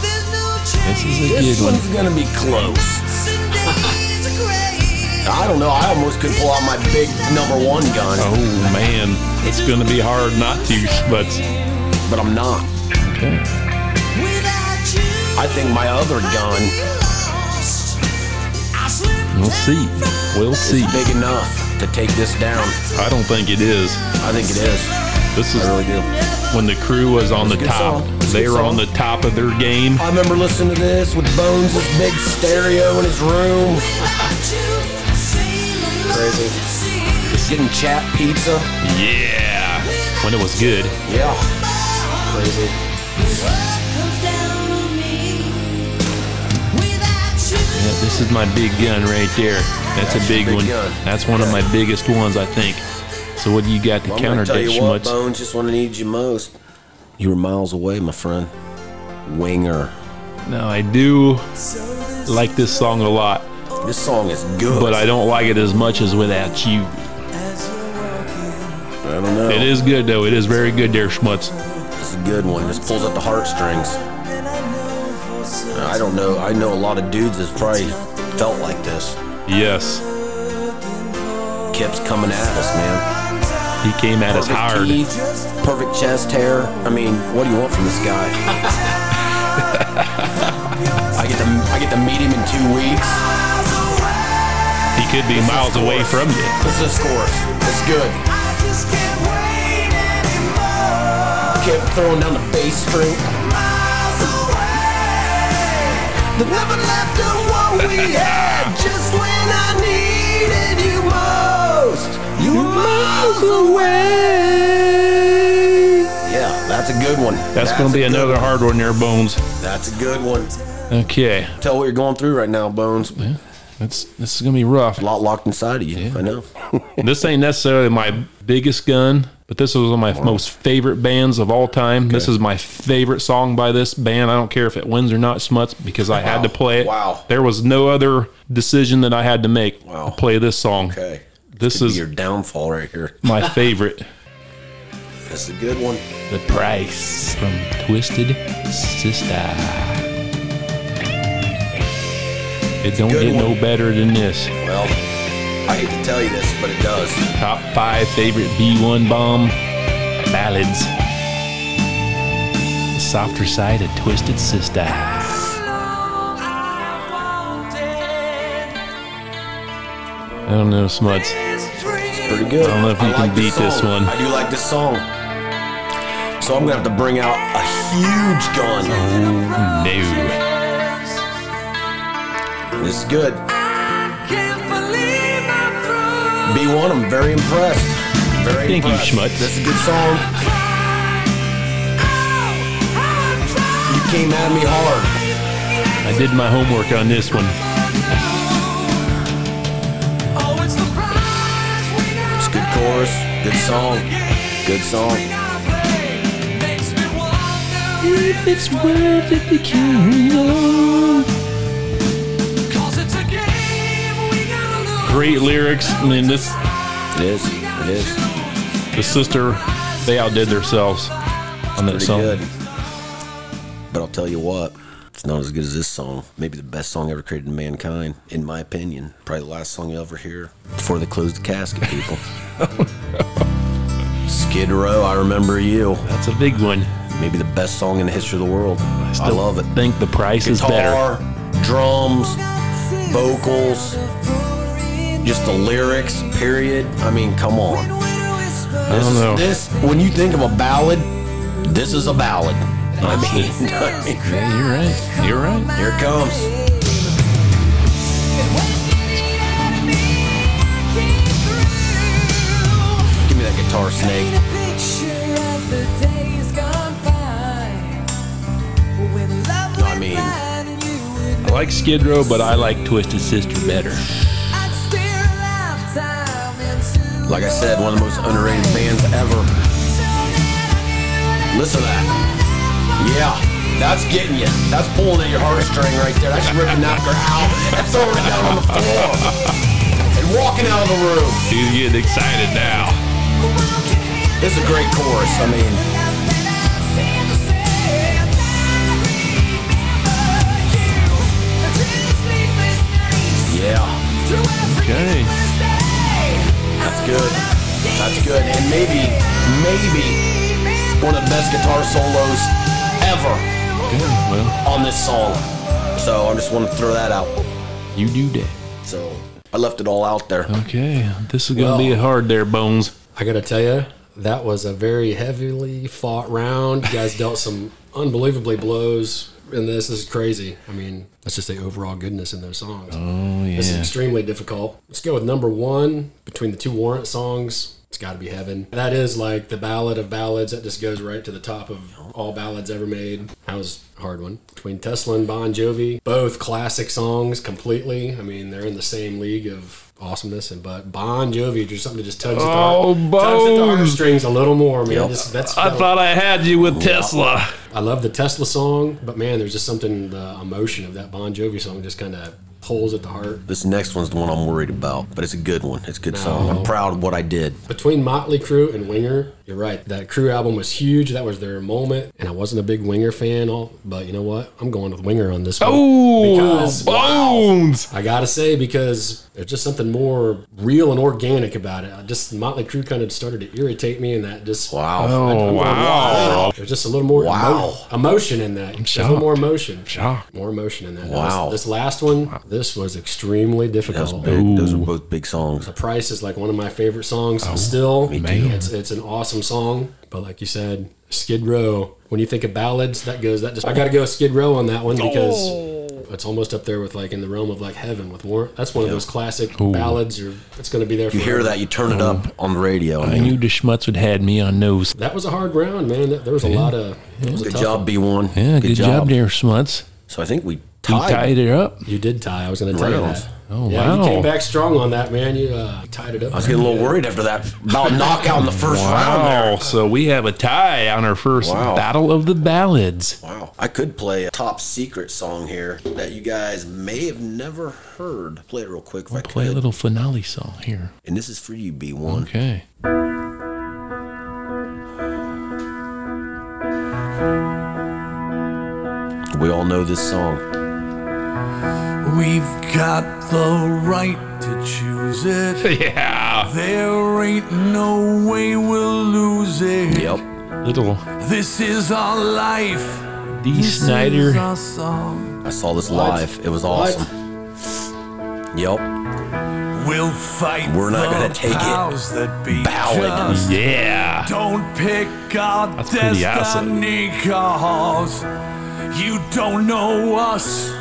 [SPEAKER 9] there's no
[SPEAKER 2] This is a
[SPEAKER 3] This
[SPEAKER 2] good one.
[SPEAKER 3] one's gonna be close.
[SPEAKER 9] Sundays are gray.
[SPEAKER 3] I don't know. I almost could pull out my big number one gun,
[SPEAKER 2] Oh, man. It's going to be hard not to, Smuts.
[SPEAKER 3] but I'm not.
[SPEAKER 2] Okay.
[SPEAKER 9] Without you,
[SPEAKER 3] I think my other
[SPEAKER 9] I'd
[SPEAKER 3] gun
[SPEAKER 9] be lost. I slipped
[SPEAKER 2] We'll see. We'll see.
[SPEAKER 3] is big enough to take this down.
[SPEAKER 2] I don't think it is.
[SPEAKER 3] I think it is.
[SPEAKER 2] This is
[SPEAKER 3] I really do.
[SPEAKER 2] when the crew was on the
[SPEAKER 3] It's a good
[SPEAKER 2] top.
[SPEAKER 3] song. It's a
[SPEAKER 2] They
[SPEAKER 3] good
[SPEAKER 2] were on
[SPEAKER 3] song.
[SPEAKER 2] the top of their game.
[SPEAKER 3] I remember listening to this with Bones' big stereo in his room,
[SPEAKER 9] without you.
[SPEAKER 3] Crazy. getting chat pizza.
[SPEAKER 2] Yeah. When it was good.
[SPEAKER 3] Yeah.
[SPEAKER 4] Crazy.
[SPEAKER 2] Yeah, this is my big gun right there. That's a big,
[SPEAKER 3] big
[SPEAKER 2] one.
[SPEAKER 3] gun.
[SPEAKER 2] That's one of my biggest ones, I think. So what do you got to
[SPEAKER 3] Well, I'm
[SPEAKER 2] counter
[SPEAKER 3] gonna tell
[SPEAKER 2] that
[SPEAKER 3] you what,
[SPEAKER 2] schmutz?
[SPEAKER 3] Bones, just when I needed you most. You were miles away, my friend. Winger.
[SPEAKER 2] Now I do like this song a lot,
[SPEAKER 3] This song is good.
[SPEAKER 2] but I don't like it as much as without you.
[SPEAKER 3] I don't know.
[SPEAKER 2] It is good though. It is very good there, schmutz.
[SPEAKER 3] It's a good one. This pulls at the heartstrings. I don't know. I know a lot of dudes that's probably felt like this.
[SPEAKER 2] Yes,
[SPEAKER 3] Kept coming at us, man.
[SPEAKER 2] he came at us
[SPEAKER 3] Perfect
[SPEAKER 2] hard.
[SPEAKER 3] teeth, perfect chest hair. I mean, what do you want from this guy? I get to I get to meet him in two weeks.
[SPEAKER 2] He could be miles away from you.
[SPEAKER 3] This is course. It's good. Kept throwing down the bass string. The never left of what we had. Just when I needed you most, you were miles away. Yeah, that's a good one.
[SPEAKER 2] That's going to be
[SPEAKER 3] a good
[SPEAKER 2] another
[SPEAKER 3] one.
[SPEAKER 2] hard one there, Bones.
[SPEAKER 3] That's a good one.
[SPEAKER 2] Okay,
[SPEAKER 3] Tell what you're going through right now, Bones.
[SPEAKER 2] that's this is going to be rough.
[SPEAKER 3] A lot locked inside of you. I know.
[SPEAKER 2] this ain't necessarily my biggest gun, but this is one of my most favorite bands of all time. This is my favorite song by this band. I don't care if it wins or not, Smuts, because I had to play it.
[SPEAKER 3] Wow.
[SPEAKER 2] There was no other decision that I had to make.
[SPEAKER 3] Wow.
[SPEAKER 2] to Play this song.
[SPEAKER 3] Okay.
[SPEAKER 2] This
[SPEAKER 3] Could be
[SPEAKER 2] is
[SPEAKER 3] your downfall right here.
[SPEAKER 2] my favorite.
[SPEAKER 3] That's a good one.
[SPEAKER 2] The Price from Twisted Sister. It don't
[SPEAKER 3] Good
[SPEAKER 2] get
[SPEAKER 3] one.
[SPEAKER 2] no better than this.
[SPEAKER 3] Well, I hate to tell you this, but it does.
[SPEAKER 2] Top five favorite B1 bomb ballads. The softer side of Twisted Sister. I don't know, Smuts.
[SPEAKER 3] Pretty good.
[SPEAKER 2] I don't know if you can beat this
[SPEAKER 3] song.
[SPEAKER 2] one.
[SPEAKER 3] I do like this song. So I'm gonna have to bring out a huge gun.
[SPEAKER 2] No.
[SPEAKER 3] This is good. B1, I'm very impressed. Very
[SPEAKER 2] Thank you,
[SPEAKER 3] impressed.
[SPEAKER 2] Schmutz.
[SPEAKER 3] That's a good song.
[SPEAKER 9] Oh,
[SPEAKER 3] You came at me hard.
[SPEAKER 2] I did my homework on this one.
[SPEAKER 3] It's a good chorus. Good song. Good song.
[SPEAKER 2] It's worth it to carry on. Great lyrics. I mean, this
[SPEAKER 3] It is. It is.
[SPEAKER 2] the sister, they outdid themselves on that
[SPEAKER 3] Pretty
[SPEAKER 2] song.
[SPEAKER 3] good. But I'll tell you what, it's not as good as this song. Maybe the best song ever created in mankind, in my opinion. Probably the last song you'll ever hear before they close the casket, people. Skid Row, I remember you.
[SPEAKER 2] That's a big one.
[SPEAKER 3] Maybe the best song in the history of the world. I,
[SPEAKER 2] Still
[SPEAKER 3] love it.
[SPEAKER 2] Think the price is better.
[SPEAKER 3] Guitar, drums, vocals, just the lyrics, period. I mean, come on.
[SPEAKER 2] I don't know.
[SPEAKER 3] This, when you think of a ballad, this is a ballad. I mean, I mean,
[SPEAKER 2] Yeah, you're right. You're right.
[SPEAKER 3] here it comes. Give me that guitar snake. I mean,
[SPEAKER 2] I like Skid Row, but I like Twisted Sister better.
[SPEAKER 3] like I said, one of the most underrated bands ever. Listen to that. Yeah, that's getting you. That's pulling at your heartstring right there. That's ripping that girl out. That's throwing it down on the floor. And walking out of the room.
[SPEAKER 2] He's getting excited now.
[SPEAKER 3] It's a great chorus. I mean, yeah.
[SPEAKER 2] Okay.
[SPEAKER 3] That's good. That's good. And maybe, maybe one of the best guitar solos ever
[SPEAKER 2] Good. Well,
[SPEAKER 3] on this song. So I just want to throw that out.
[SPEAKER 2] you do that.
[SPEAKER 3] So I left it all out there.
[SPEAKER 2] Okay. This is gonna
[SPEAKER 4] Well-
[SPEAKER 2] be hard there, Bones.
[SPEAKER 4] I gotta tell you, that was a very heavily fought round. You guys dealt some unbelievably blows in this. This is crazy. I mean, let's just say overall goodness in those songs.
[SPEAKER 2] Oh
[SPEAKER 4] This is
[SPEAKER 2] yeah.
[SPEAKER 4] extremely difficult. Let's go with number one between the two Warrant songs. It's got to be heaven. That is like the ballad of ballads. That just goes right to the top of all ballads ever made. That was a hard one. Between Tesla and Bon Jovi, both classic songs completely. I mean, they're in the same league of awesomeness. And but Bon Jovi, just something that just tugs at the,
[SPEAKER 2] Oh,
[SPEAKER 4] tugs at the
[SPEAKER 2] Bones.
[SPEAKER 4] heartstrings a little more, man. Just- that's
[SPEAKER 2] I thought I had you with Tesla.
[SPEAKER 4] I love the Tesla song, but man, there's just something the emotion of that Bon Jovi song just kind of pulls at the heart.
[SPEAKER 3] This next one's the one I'm worried about, but it's a good one. It's a good song. I'm proud of what I did.
[SPEAKER 4] Between Motley Crue and Winger, you're right. That Crue album was huge. That was their moment, and I wasn't a big Winger fan, all but you know what? I'm going with Winger on this one.
[SPEAKER 2] Oh,
[SPEAKER 4] Because-
[SPEAKER 2] Bones.
[SPEAKER 4] I gotta say because there's just something more real and organic about it. I just Motley Crue kind of started to irritate me, and that just
[SPEAKER 3] Wow.
[SPEAKER 2] Oh wow.
[SPEAKER 4] There's just a little more emo-
[SPEAKER 3] Wow.
[SPEAKER 4] emotion in that. There's a little
[SPEAKER 2] shocked.
[SPEAKER 4] more emotion.
[SPEAKER 2] Shocked.
[SPEAKER 4] More emotion in that.
[SPEAKER 3] Wow.
[SPEAKER 4] This, this last one, this was extremely
[SPEAKER 3] That was
[SPEAKER 4] difficult.
[SPEAKER 3] big. Those are both big songs.
[SPEAKER 4] The Price is like one of my favorite songs
[SPEAKER 3] Oh,
[SPEAKER 4] still.
[SPEAKER 2] man.
[SPEAKER 4] It's it's an awesome song, but like you said, Skid Row. When you think of ballads, that goes that just I got to go Skid Row on that one because it's almost up there with like in the realm of like heaven with Warren. That's one of those classic ballads. You're, it's going to be there.
[SPEAKER 3] You hear
[SPEAKER 4] forever.
[SPEAKER 3] that, you turn it up on the radio. I
[SPEAKER 2] I
[SPEAKER 3] mean,
[SPEAKER 2] knew the schmutz would had me on nose.
[SPEAKER 4] That was a hard round, man. That, there was a lot of. it was a
[SPEAKER 3] good
[SPEAKER 4] tough
[SPEAKER 3] job,
[SPEAKER 4] one.
[SPEAKER 3] B1.
[SPEAKER 2] Yeah, good, job. there, Smuts.
[SPEAKER 3] So I think we
[SPEAKER 2] You
[SPEAKER 3] tied.
[SPEAKER 2] tied it up.
[SPEAKER 4] You did tie. I was going to tell you
[SPEAKER 3] Rounds.
[SPEAKER 4] that.
[SPEAKER 2] Oh
[SPEAKER 4] Yeah, you
[SPEAKER 2] wow.
[SPEAKER 4] came back strong on that, man. You uh, tied it up.
[SPEAKER 3] I was getting a little worried after that about knockout in the first round there.
[SPEAKER 2] Wow. So we have a tie on our first
[SPEAKER 3] Wow.
[SPEAKER 2] battle of the ballads.
[SPEAKER 3] Wow. I could play a top secret song here that you guys may have never heard. Play it real quick if I
[SPEAKER 2] Play
[SPEAKER 3] could.
[SPEAKER 2] a little finale song here.
[SPEAKER 3] And this is for you, B1.
[SPEAKER 2] Okay.
[SPEAKER 3] We all know this song.
[SPEAKER 5] We've got the right to choose it.
[SPEAKER 2] Yeah.
[SPEAKER 5] There ain't no way we'll lose it.
[SPEAKER 3] Yep.
[SPEAKER 2] Little
[SPEAKER 5] This is our life.
[SPEAKER 2] D.
[SPEAKER 5] This is
[SPEAKER 2] Snyder.
[SPEAKER 5] our song.
[SPEAKER 3] I saw this live. It was awesome. Yep.
[SPEAKER 5] We'll fight.
[SPEAKER 3] We're not
[SPEAKER 5] the
[SPEAKER 3] gonna take it.
[SPEAKER 5] powers That be
[SPEAKER 3] Bow it.
[SPEAKER 5] just
[SPEAKER 2] Yeah.
[SPEAKER 5] Don't pick our
[SPEAKER 2] That's pretty awesome.
[SPEAKER 5] destiny calls. You don't know us.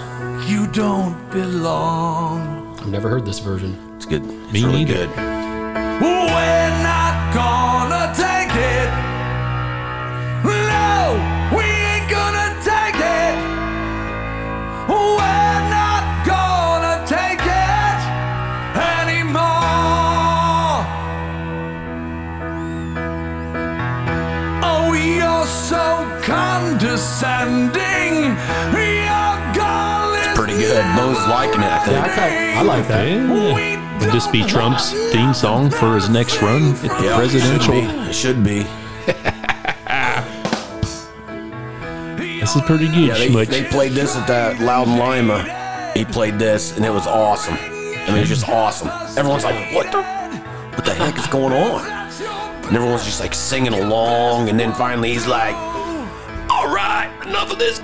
[SPEAKER 5] You don't belong.
[SPEAKER 4] I've never heard this version.
[SPEAKER 3] It's good. It's
[SPEAKER 2] Me
[SPEAKER 3] really
[SPEAKER 2] neither.
[SPEAKER 3] good.
[SPEAKER 5] We're not gonna take it. No, we ain't gonna take it. We're not gonna take it anymore. Oh, you're so condescending. Your goal is
[SPEAKER 3] Pretty good. Bo's liking it, I
[SPEAKER 4] Yeah, I,
[SPEAKER 3] think.
[SPEAKER 4] kind I like that.
[SPEAKER 2] Yeah. Would this be Trump's theme song for his next run at the
[SPEAKER 3] Yeah,
[SPEAKER 2] presidential?
[SPEAKER 3] It should be. It should be.
[SPEAKER 2] This is pretty good,
[SPEAKER 3] Yeah, they,
[SPEAKER 2] Schmutz.
[SPEAKER 3] they played this at that Loud in Lima. He played this, and it was awesome. I mean, it's just awesome. Everyone's like, "What the? What the heck is going on?" And everyone's just like singing along, and then finally he's like, "All right, enough of this."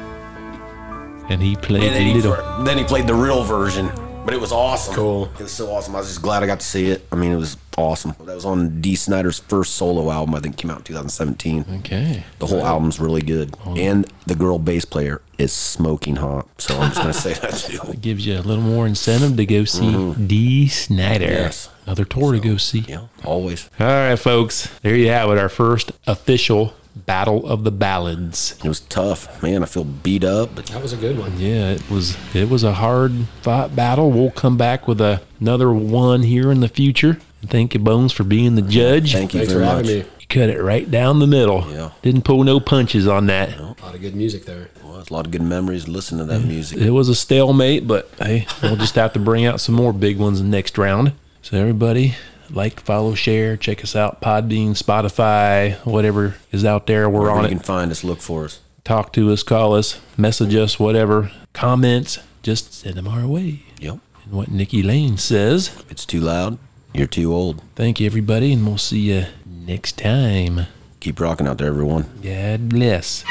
[SPEAKER 2] and he played
[SPEAKER 3] And then he,
[SPEAKER 2] little.
[SPEAKER 3] then he played the real version, but it was awesome.
[SPEAKER 4] Cool.
[SPEAKER 3] It was so awesome. I was just glad I got to see it. I mean, it was awesome. That was on D. Snyder's first solo album. I think came out in 2017.
[SPEAKER 2] Okay.
[SPEAKER 3] The whole album's really good,
[SPEAKER 2] Oh,
[SPEAKER 3] and the girl bass player is smoking hot. So I'm just gonna say that too.
[SPEAKER 2] Gives you a little more incentive to go see D. Snyder.
[SPEAKER 3] Yes.
[SPEAKER 2] Another tour to go see.
[SPEAKER 3] Yeah, always.
[SPEAKER 2] All right, folks. There you have it. Our first official Battle of the Ballads.
[SPEAKER 3] It was tough, man. I feel beat up, but
[SPEAKER 4] That was a good one.
[SPEAKER 2] Yeah, it was it was a hard fought battle. We'll come back with a, another one here in the future. Thank you, Bones, for being the judge.
[SPEAKER 3] thank you
[SPEAKER 4] Thanks for
[SPEAKER 3] very
[SPEAKER 4] having
[SPEAKER 3] much.
[SPEAKER 4] me.
[SPEAKER 2] You cut it right down the middle.
[SPEAKER 3] Yeah.
[SPEAKER 2] Didn't pull no punches on that.
[SPEAKER 4] A lot of good music there.
[SPEAKER 3] Well, it's a lot of good memories listening to that music.
[SPEAKER 2] It was a stalemate, but hey, we'll just have to bring out some more big ones next round. So everybody, like, follow, share, check us out, Podbean, Spotify, whatever is out there. We're
[SPEAKER 3] Wherever
[SPEAKER 2] on
[SPEAKER 3] you
[SPEAKER 2] it.
[SPEAKER 3] can find us, look for us.
[SPEAKER 2] Talk to us, call us, message us, whatever. Comments, just send them our way.
[SPEAKER 3] Yep.
[SPEAKER 2] And what Nikki Lane says.
[SPEAKER 3] If it's too loud, you're too old.
[SPEAKER 2] Thank you, everybody, and we'll see you next time.
[SPEAKER 3] Keep rocking out there, everyone.
[SPEAKER 2] God bless.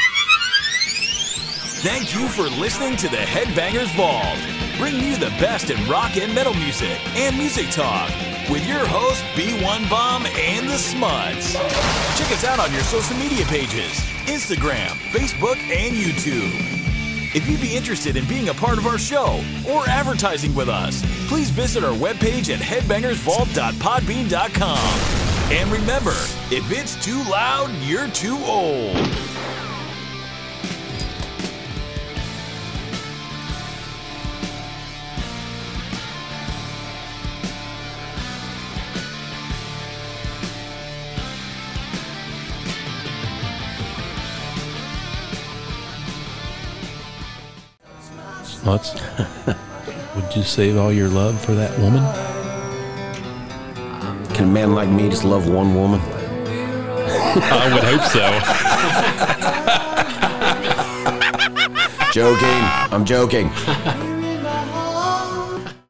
[SPEAKER 1] Thank you for listening to the Headbangers Vault, bringing you the best in rock and metal music and music talk with your host B1 Bomb and the Smuts. Check us out on your social media pages Instagram, Facebook, and YouTube. If you'd be interested in being a part of our show or advertising with us, please visit our webpage at headbangersvault.podbean.com. And remember, if it's too loud, you're too old.
[SPEAKER 2] Smuts, would you save all your love for that woman?
[SPEAKER 3] Can a man like me just love one woman?
[SPEAKER 2] I would hope so.
[SPEAKER 3] Joking. I'm joking.